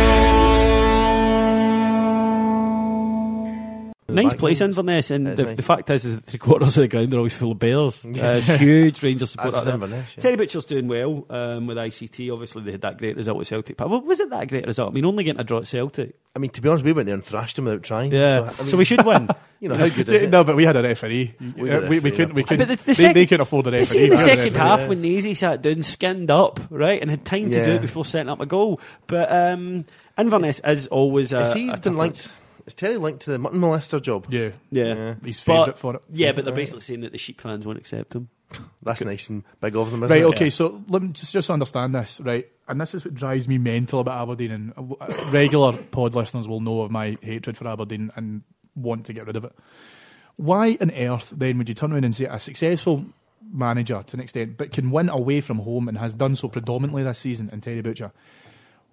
back place, grounds. Inverness, and It's the, nice. the fact is, is that three quarters of the ground are always full of bears. Uh, it's huge Rangers support. As out is there. Inverness, yeah. Terry Butcher's doing well um, with ICT. Obviously, they had that great result with Celtic. But was it that great result? I mean, only getting a draw at Celtic. I mean, to be honest, we went there and thrashed them without trying. Yeah. So, I mean, we should win. You know, how good is Yeah, it? no, but we had a referee. Uh, We, had a we, referee, couldn't. We yeah. couldn't. But the- the they, second- they couldn't afford the You referee. see, in the We had a second referee. half yeah. when Nazy sat down, skinned up, right, and had time to do Yeah. it before setting up a goal. But um, Inverness is always a. Is he a even tough linked? Is Terry linked to the mutton molester job? Yeah, match. uh, Yeah. Yeah. he's But- favourite for it. Yeah, but they're basically saying that the sheep fans won't accept him. That's nice and big of them, isn't Right. it? Okay. Yeah. So let me just just understand this, right? And this is what drives me mental about Aberdeen. And uh, w- regular pod listeners will know of my hatred for Aberdeen and want to get rid of it. Why on earth then would you turn around and say a successful manager to an extent, but can win away from home and has done so predominantly this season, and Terry Butcher?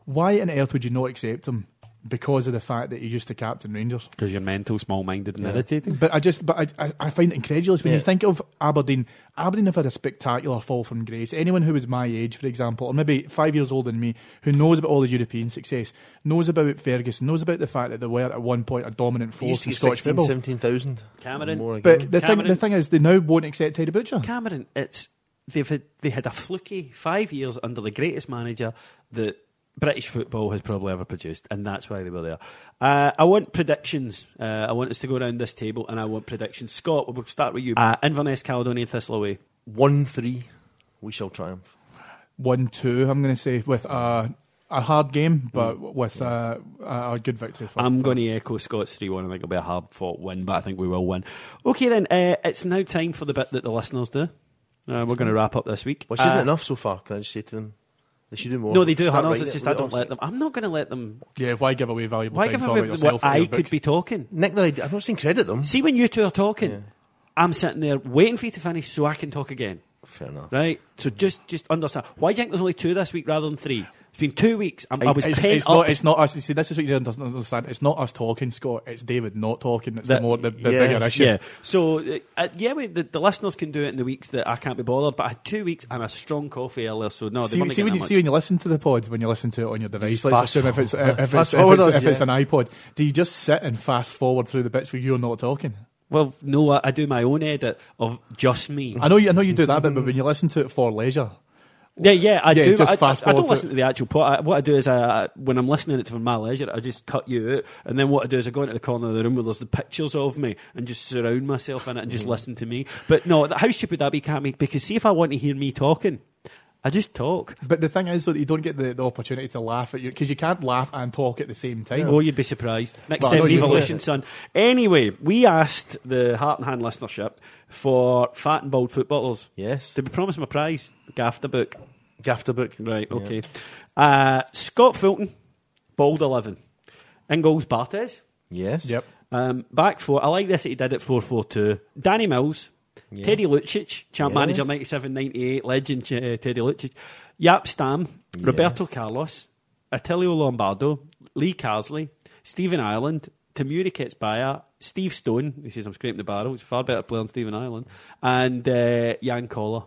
Why on earth would you not accept him because of the fact that he used to captain Rangers? Because you're mental, small minded, and irritating. But I just, but I, I, I find it incredulous when you Yeah. think of Aberdeen. Aberdeen have had a spectacular fall from grace. Anyone who is my age, for example, or maybe five years older than me, who knows about all the European success, knows about Ferguson, knows about the fact that they were at one point a dominant He used force to in get Scottish 16, football. 17,000. Cameron. More again. But the thing, the Cameron- thing is, they now won't accept Terry Butcher. Cameron, it's they've had, they had a fluky five years under the greatest manager that British football has probably ever produced, and that's why they were there. Uh, I want predictions. Uh, I want us to go around this table, and I want predictions. Scott, we'll start with you. Uh, Inverness, Caledonia, Thistleaway. 1 3, we shall triumph. One, two, I'm going to say, with a, a hard game, but with a, a, a good victory. For Mm. I'm for going us. to echo Scott's 3 1. I think it'll be a hard fought win, but I think we will win. Okay, then, uh, it's now time for the bit that the listeners do. Uh, we're going to wrap up this week. Which isn't Uh, enough so far, can I just say to them? They should do more. No, they do, Start Hannahs. writing It's it, just write I it don't on let site. them. I'm not going to let them. Yeah, why give away valuable Why time give talking away about what yourself or I your could book? be talking? Nick their idea. I've not seen credit them. See, when you two are talking, I'm sitting there waiting for you to finish so I can talk again. Fair enough. Right? So just just understand. Why do you think there's only two this week rather than three? It's been two weeks. I'm, I was it's, pent it's up. not. It's not us. You See, this is what you don't understand. It's not us talking, Scott. It's David not talking. That's That- the more the, the yes, bigger issue. yeah. So uh, uh, yeah, we, the, the listeners can do it in the weeks that I can't be bothered. But I had two weeks and a strong coffee earlier, so no, they See, weren't see getting when that you much. see when you listen to the pod when you listen to it on your device. Let's fast assume if it's if it's, if it's, Fast forward us, if it's yeah. an iPod, do you just sit and fast forward through the bits where you're not talking? Well, no, I, I do my own edit of just me. I know you. I know you do that bit, but when you listen to it for leisure, Yeah, yeah, I Yeah, do. just I, fast I, I don't forward listen to the actual pot. I, what I do is, I, I, when I'm listening to it for my leisure, I just cut you out, and then what I do is I go into the corner of the room where there's the pictures of me, and just surround myself in it and Mm. just listen to me. But no, th- how stupid that be, Cammy? Because see, if I want to hear me talking, I just talk. but the thing is though, that you don't get the, the opportunity to laugh at you because you can't laugh and talk at the same time. Oh, you'd be surprised. Next Well, I time, know you'd Revolution, be. son. Anyway, we asked the Heart and Hand listenership for fat and bald footballers. Yes. Did we promise them a prize? Gaffed a book. Gaffed a book. Right, Yeah. okay. Uh, Scott Fulton, bald 11. In goals, Barthez. Yes. Yep. Um, back four. I like this that he did at 4 4 2. Danny Mills, Yeah. Teddy Lucic, champ Yes. manager 97 98, legend uh, Teddy Lucic, Yap Stam, Roberto Carlos, Attilio Lombardo, Lee Carsley, Stephen Ireland, Tamuri Ketsbaya, Steve Stone, he says I'm scraping the barrel, he's a far better player than Stephen Ireland, and uh, Jan Collar.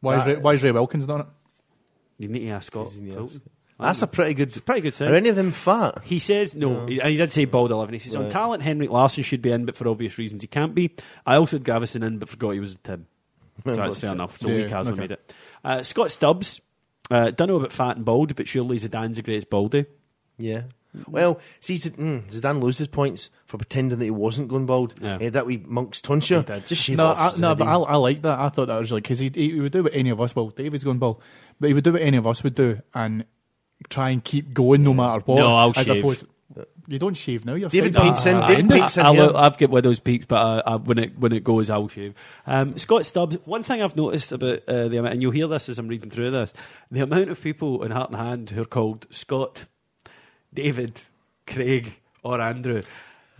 Why is, That Ray, why is is- Ray Wilkins on it? You need to ask Scott. He's in the Fulton. ass. That's a pretty good. pretty good set. Are any of them fat? He says no. He, he did say bald eleven. He says on Right. talent, Henrik Larsson should be in, but for obvious reasons he can't be. I also had Gravison in, but forgot he was in Tim. So that's fair enough. So Yeah, weak as okay. made it. Uh, Scott Stubbs. Uh, don't know about fat and bald, but surely Zidane's the greatest baldy. Yeah. Well, see, Zid- mm, Zidane loses points for pretending that he wasn't going bald. Yeah. He had that wee monk's tonsure. He did. Just shave No, it I, off. no, but I, Zidane. I like that. I thought that was really because he, he would do what any of us. Well, David's going bald, but he would do what any of us would do and try and keep going no matter what. No, I'll as shave. opposed- you don't shave now. You're David sick. Pete's in- Ah, David isn't it? Pete's- Peaks in I, here. have got widow's peaks, but I, I, when it when it goes, I'll shave. Um, Scott Stubbs. One thing I've noticed about uh, the amount, and you'll hear this as I'm reading through this, the amount of people in Heart and Hand who are called Scott, David, Craig, or Andrew.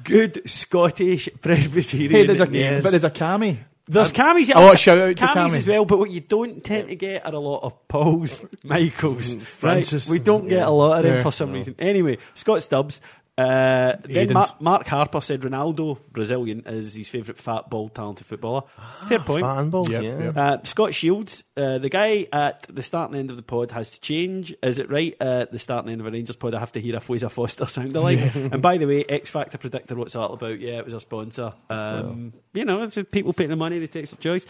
Good Scottish Presbyterian. Hey, there's a names. but there's a Cammy. There's Cammies. I want to shout out to Cammies Cammy. as well, but what you don't tend to get are a lot of Pauls, Michaels, Francis. Right? We don't get a lot of them Yeah. for some reason. Anyway, Scott Stubbs. Uh, then Aiden's. Mar- Mark Harper said Ronaldo, Brazilian, is his favourite fat, bald, talented footballer. Ah, Fair point. Fat and bald, Yep, yeah. yep. Uh, Scott Shields, uh, the guy at the starting end of the pod has to change. Is it right? Uh, at the starting end of a Rangers pod, I have to hear a Fraser Foster sound alike. and by the way, X Factor Predictor, what's that all about? Yeah, it was a sponsor. Um, You know, it's just people paying the money, they take their choice.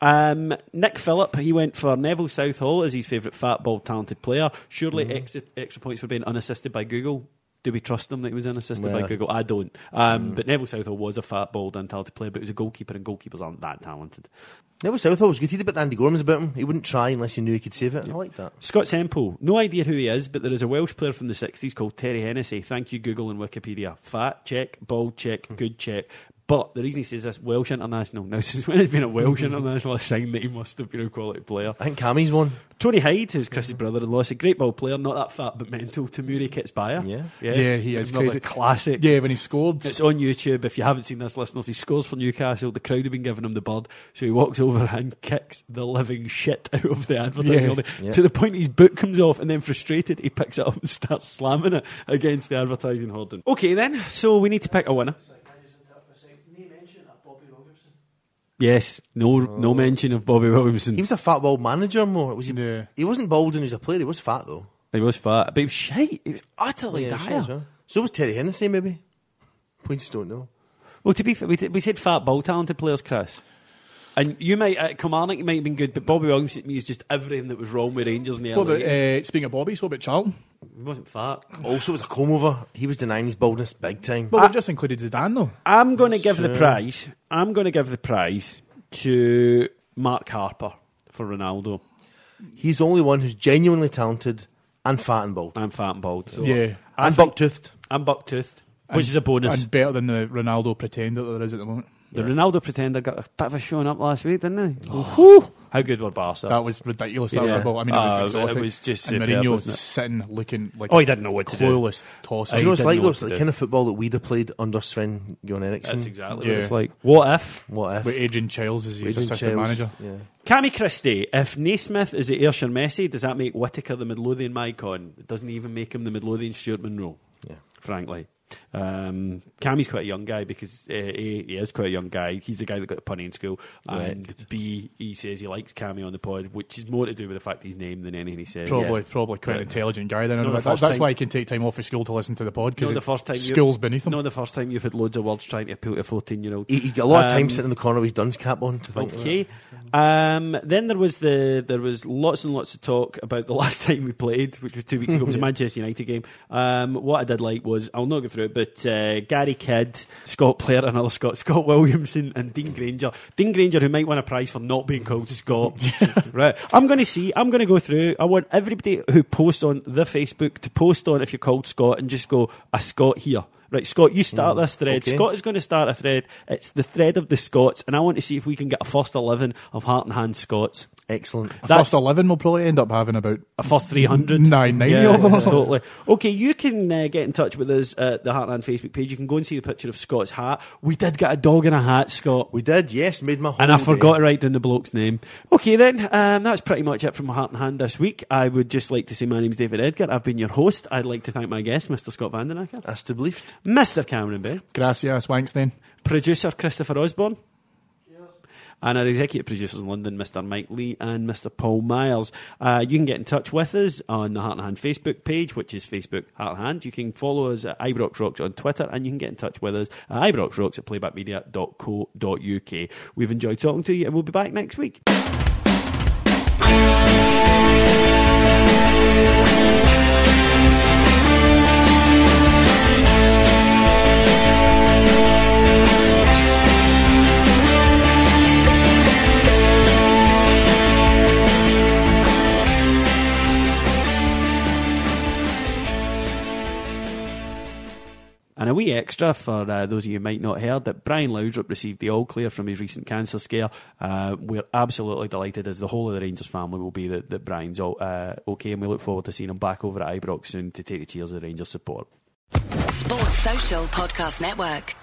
Um, Nick Phillip, he went for Neville Southall as his favourite fat, bald, talented player. Surely Mm-hmm. extra, extra points for being unassisted by Google. Do we trust him that he was unassisted by Well, mm. Google? I don't. Um, But Neville Southall was a fat, bald, and talented player, but he was a goalkeeper, and goalkeepers aren't that talented. Neville Southall was good. He'd a bit Andy Gormans about him. He wouldn't try unless he knew he could save it. I like that. Scott Semple, no idea who he is, but there is a Welsh player from the 60s called Terry Hennessy. Thank you, Google and Wikipedia. Fat check, bald check, good check. But the reason he says this, Welsh international. Now, since when has been a Welsh international a sign that he must have been a quality player? I think Cammy's one. Tony Hyde, who's Chris's brother in law, is a great ball player, not that fat but mental. Tamuri Kitsbaya. Yeah. Yeah, he is Another crazy. Classic. Yeah, when he scored. It's on YouTube. If you haven't seen this, listeners, he scores for Newcastle. The crowd have been giving him the bird, so he walks over and kicks the living shit out of the advertising Yeah. order Yeah. to the point his boot comes off, and then frustrated, he picks it up and starts slamming it against the advertising hoarding. Okay, then, so we need to pick a winner. Yes, no, no mention of Bobby Williamson. Oh. He was a fat bald manager more. Was he? Yeah. He wasn't bald when he was a player. He was fat though. He was fat, but he was shite. He was utterly Yeah, dire. sure as well. So was Terry Hennessy maybe. We just don't know. Well, to be fair, we, did, we said fat, ball talented players, Chris. And you might, uh, Kilmarnock might have been good, but Bobby Williamson to me is just everything that was wrong with Rangers in the uh, What early about, 80s. uh, speaking of Bobby, so what about Charlton? He wasn't fat. Also, it was a comb over. He was denying his baldness big time. Well, we've just included Zidane though. I'm going to give the prize. I'm going to give the prize to Mark Harper for Ronaldo. He's the only one who's genuinely talented and fat and bald I'm fat and bald. So Yeah. and buck toothed. I'm buck-toothed, And- which is a bonus. and better than the Ronaldo pretender that there is at the moment. the Ronaldo pretender got a bit of a showing up last week, didn't they? Whew. How good were Barca? That was ridiculous. That Yeah. football. I mean, it was Uh, it exotic. was just and superb, Mourinho wasn't it? sitting looking like oh, he didn't know what to do. clueless, Do tossing. Oh, you know what didn't it's like know though? what It's to like do. the kind of football that we'd have played under Sven Johan Eriksson. That's exactly Yeah. what it's like. What if What if? with Adrian Childs as his Adrian assistant Childs. manager. Yeah. Cammy Christie, if Naismith is the Ayrshire Messi, does that make Whitaker the Midlothian Mycon? It doesn't even make him the Midlothian Stuart Monroe, Yeah. frankly. Um, Cammy's quite a young guy because uh, A, he is quite a young guy. He's the guy that got the punny in school. And B, he says he likes Cammy on the pod, which is more to do with the fact he's named than anything he says. Probably, probably quite an Yeah. intelligent guy. Then No, the That- first that's time- why he can take time off of school to listen to the pod You know because the first time you- school's beneath him. No, the first time you've had loads of words trying to appeal to a 14 year old. He- He's got a lot of time Um, sitting in the corner with his dunce cap on. To think Okay. Um, then there was the there was lots and lots of talk about the last time we played, which was two weeks ago. It was a Manchester United game. Um, what I did like was I'll not go through it, but uh, Gary Kidd, Scott Player, another Scott, Scott Williamson, and Dean Granger. Dean Granger, who might win a prize for not being called Scott. Right. I'm going to see. I'm going to go through. I want everybody who posts on the Facebook to post on if you're called Scott and just go a Scott here. Right, Scott, you start this thread. okay. Scott is going to start a thread. It's the thread of the Scots, and I want to see if we can get a first 11 of Heart and Hand Scots. Excellent. A That's- first 11 will probably end up having about a first 300. Nine, ninety of them or something. Totally. Okay, you can uh, get in touch with us at the Heartland Facebook page. You can go and see the picture of Scott's hat. We did get a dog in a hat, Scott. We did, yes, made my whole and I day. forgot to write down the bloke's name. Okay, then, um, that's pretty much it from Heart and Hand this week. I would just like to say my name's David Edgar. I've been your host. I'd like to thank my guest, Mr. Scott Vandenacker, That's to believe. Mr. Cameron Bell, Gracias, Wankstein. producer Christopher Osborne, and our executive producers in London, Mr. Mike Lee and Mr. Paul Myers. Uh, you can get in touch with us on the Heart and Hand Facebook page, which is Facebook Heart and Hand. You can follow us at Ibrox Rocks on Twitter, and you can get in touch with us at ibroxrocks at playbackmedia.co.uk. We've enjoyed talking to you, and we'll be back next week. And a wee extra for uh, those of you who might not heard that Brian Loudrup received the all clear from his recent cancer scare. Uh, we're absolutely delighted, as the whole of the Rangers family will be, that, that Brian's all, uh, okay, and we look forward to seeing him back over at Ibrox soon to take the cheers of Rangers support. Sports Social Podcast Network.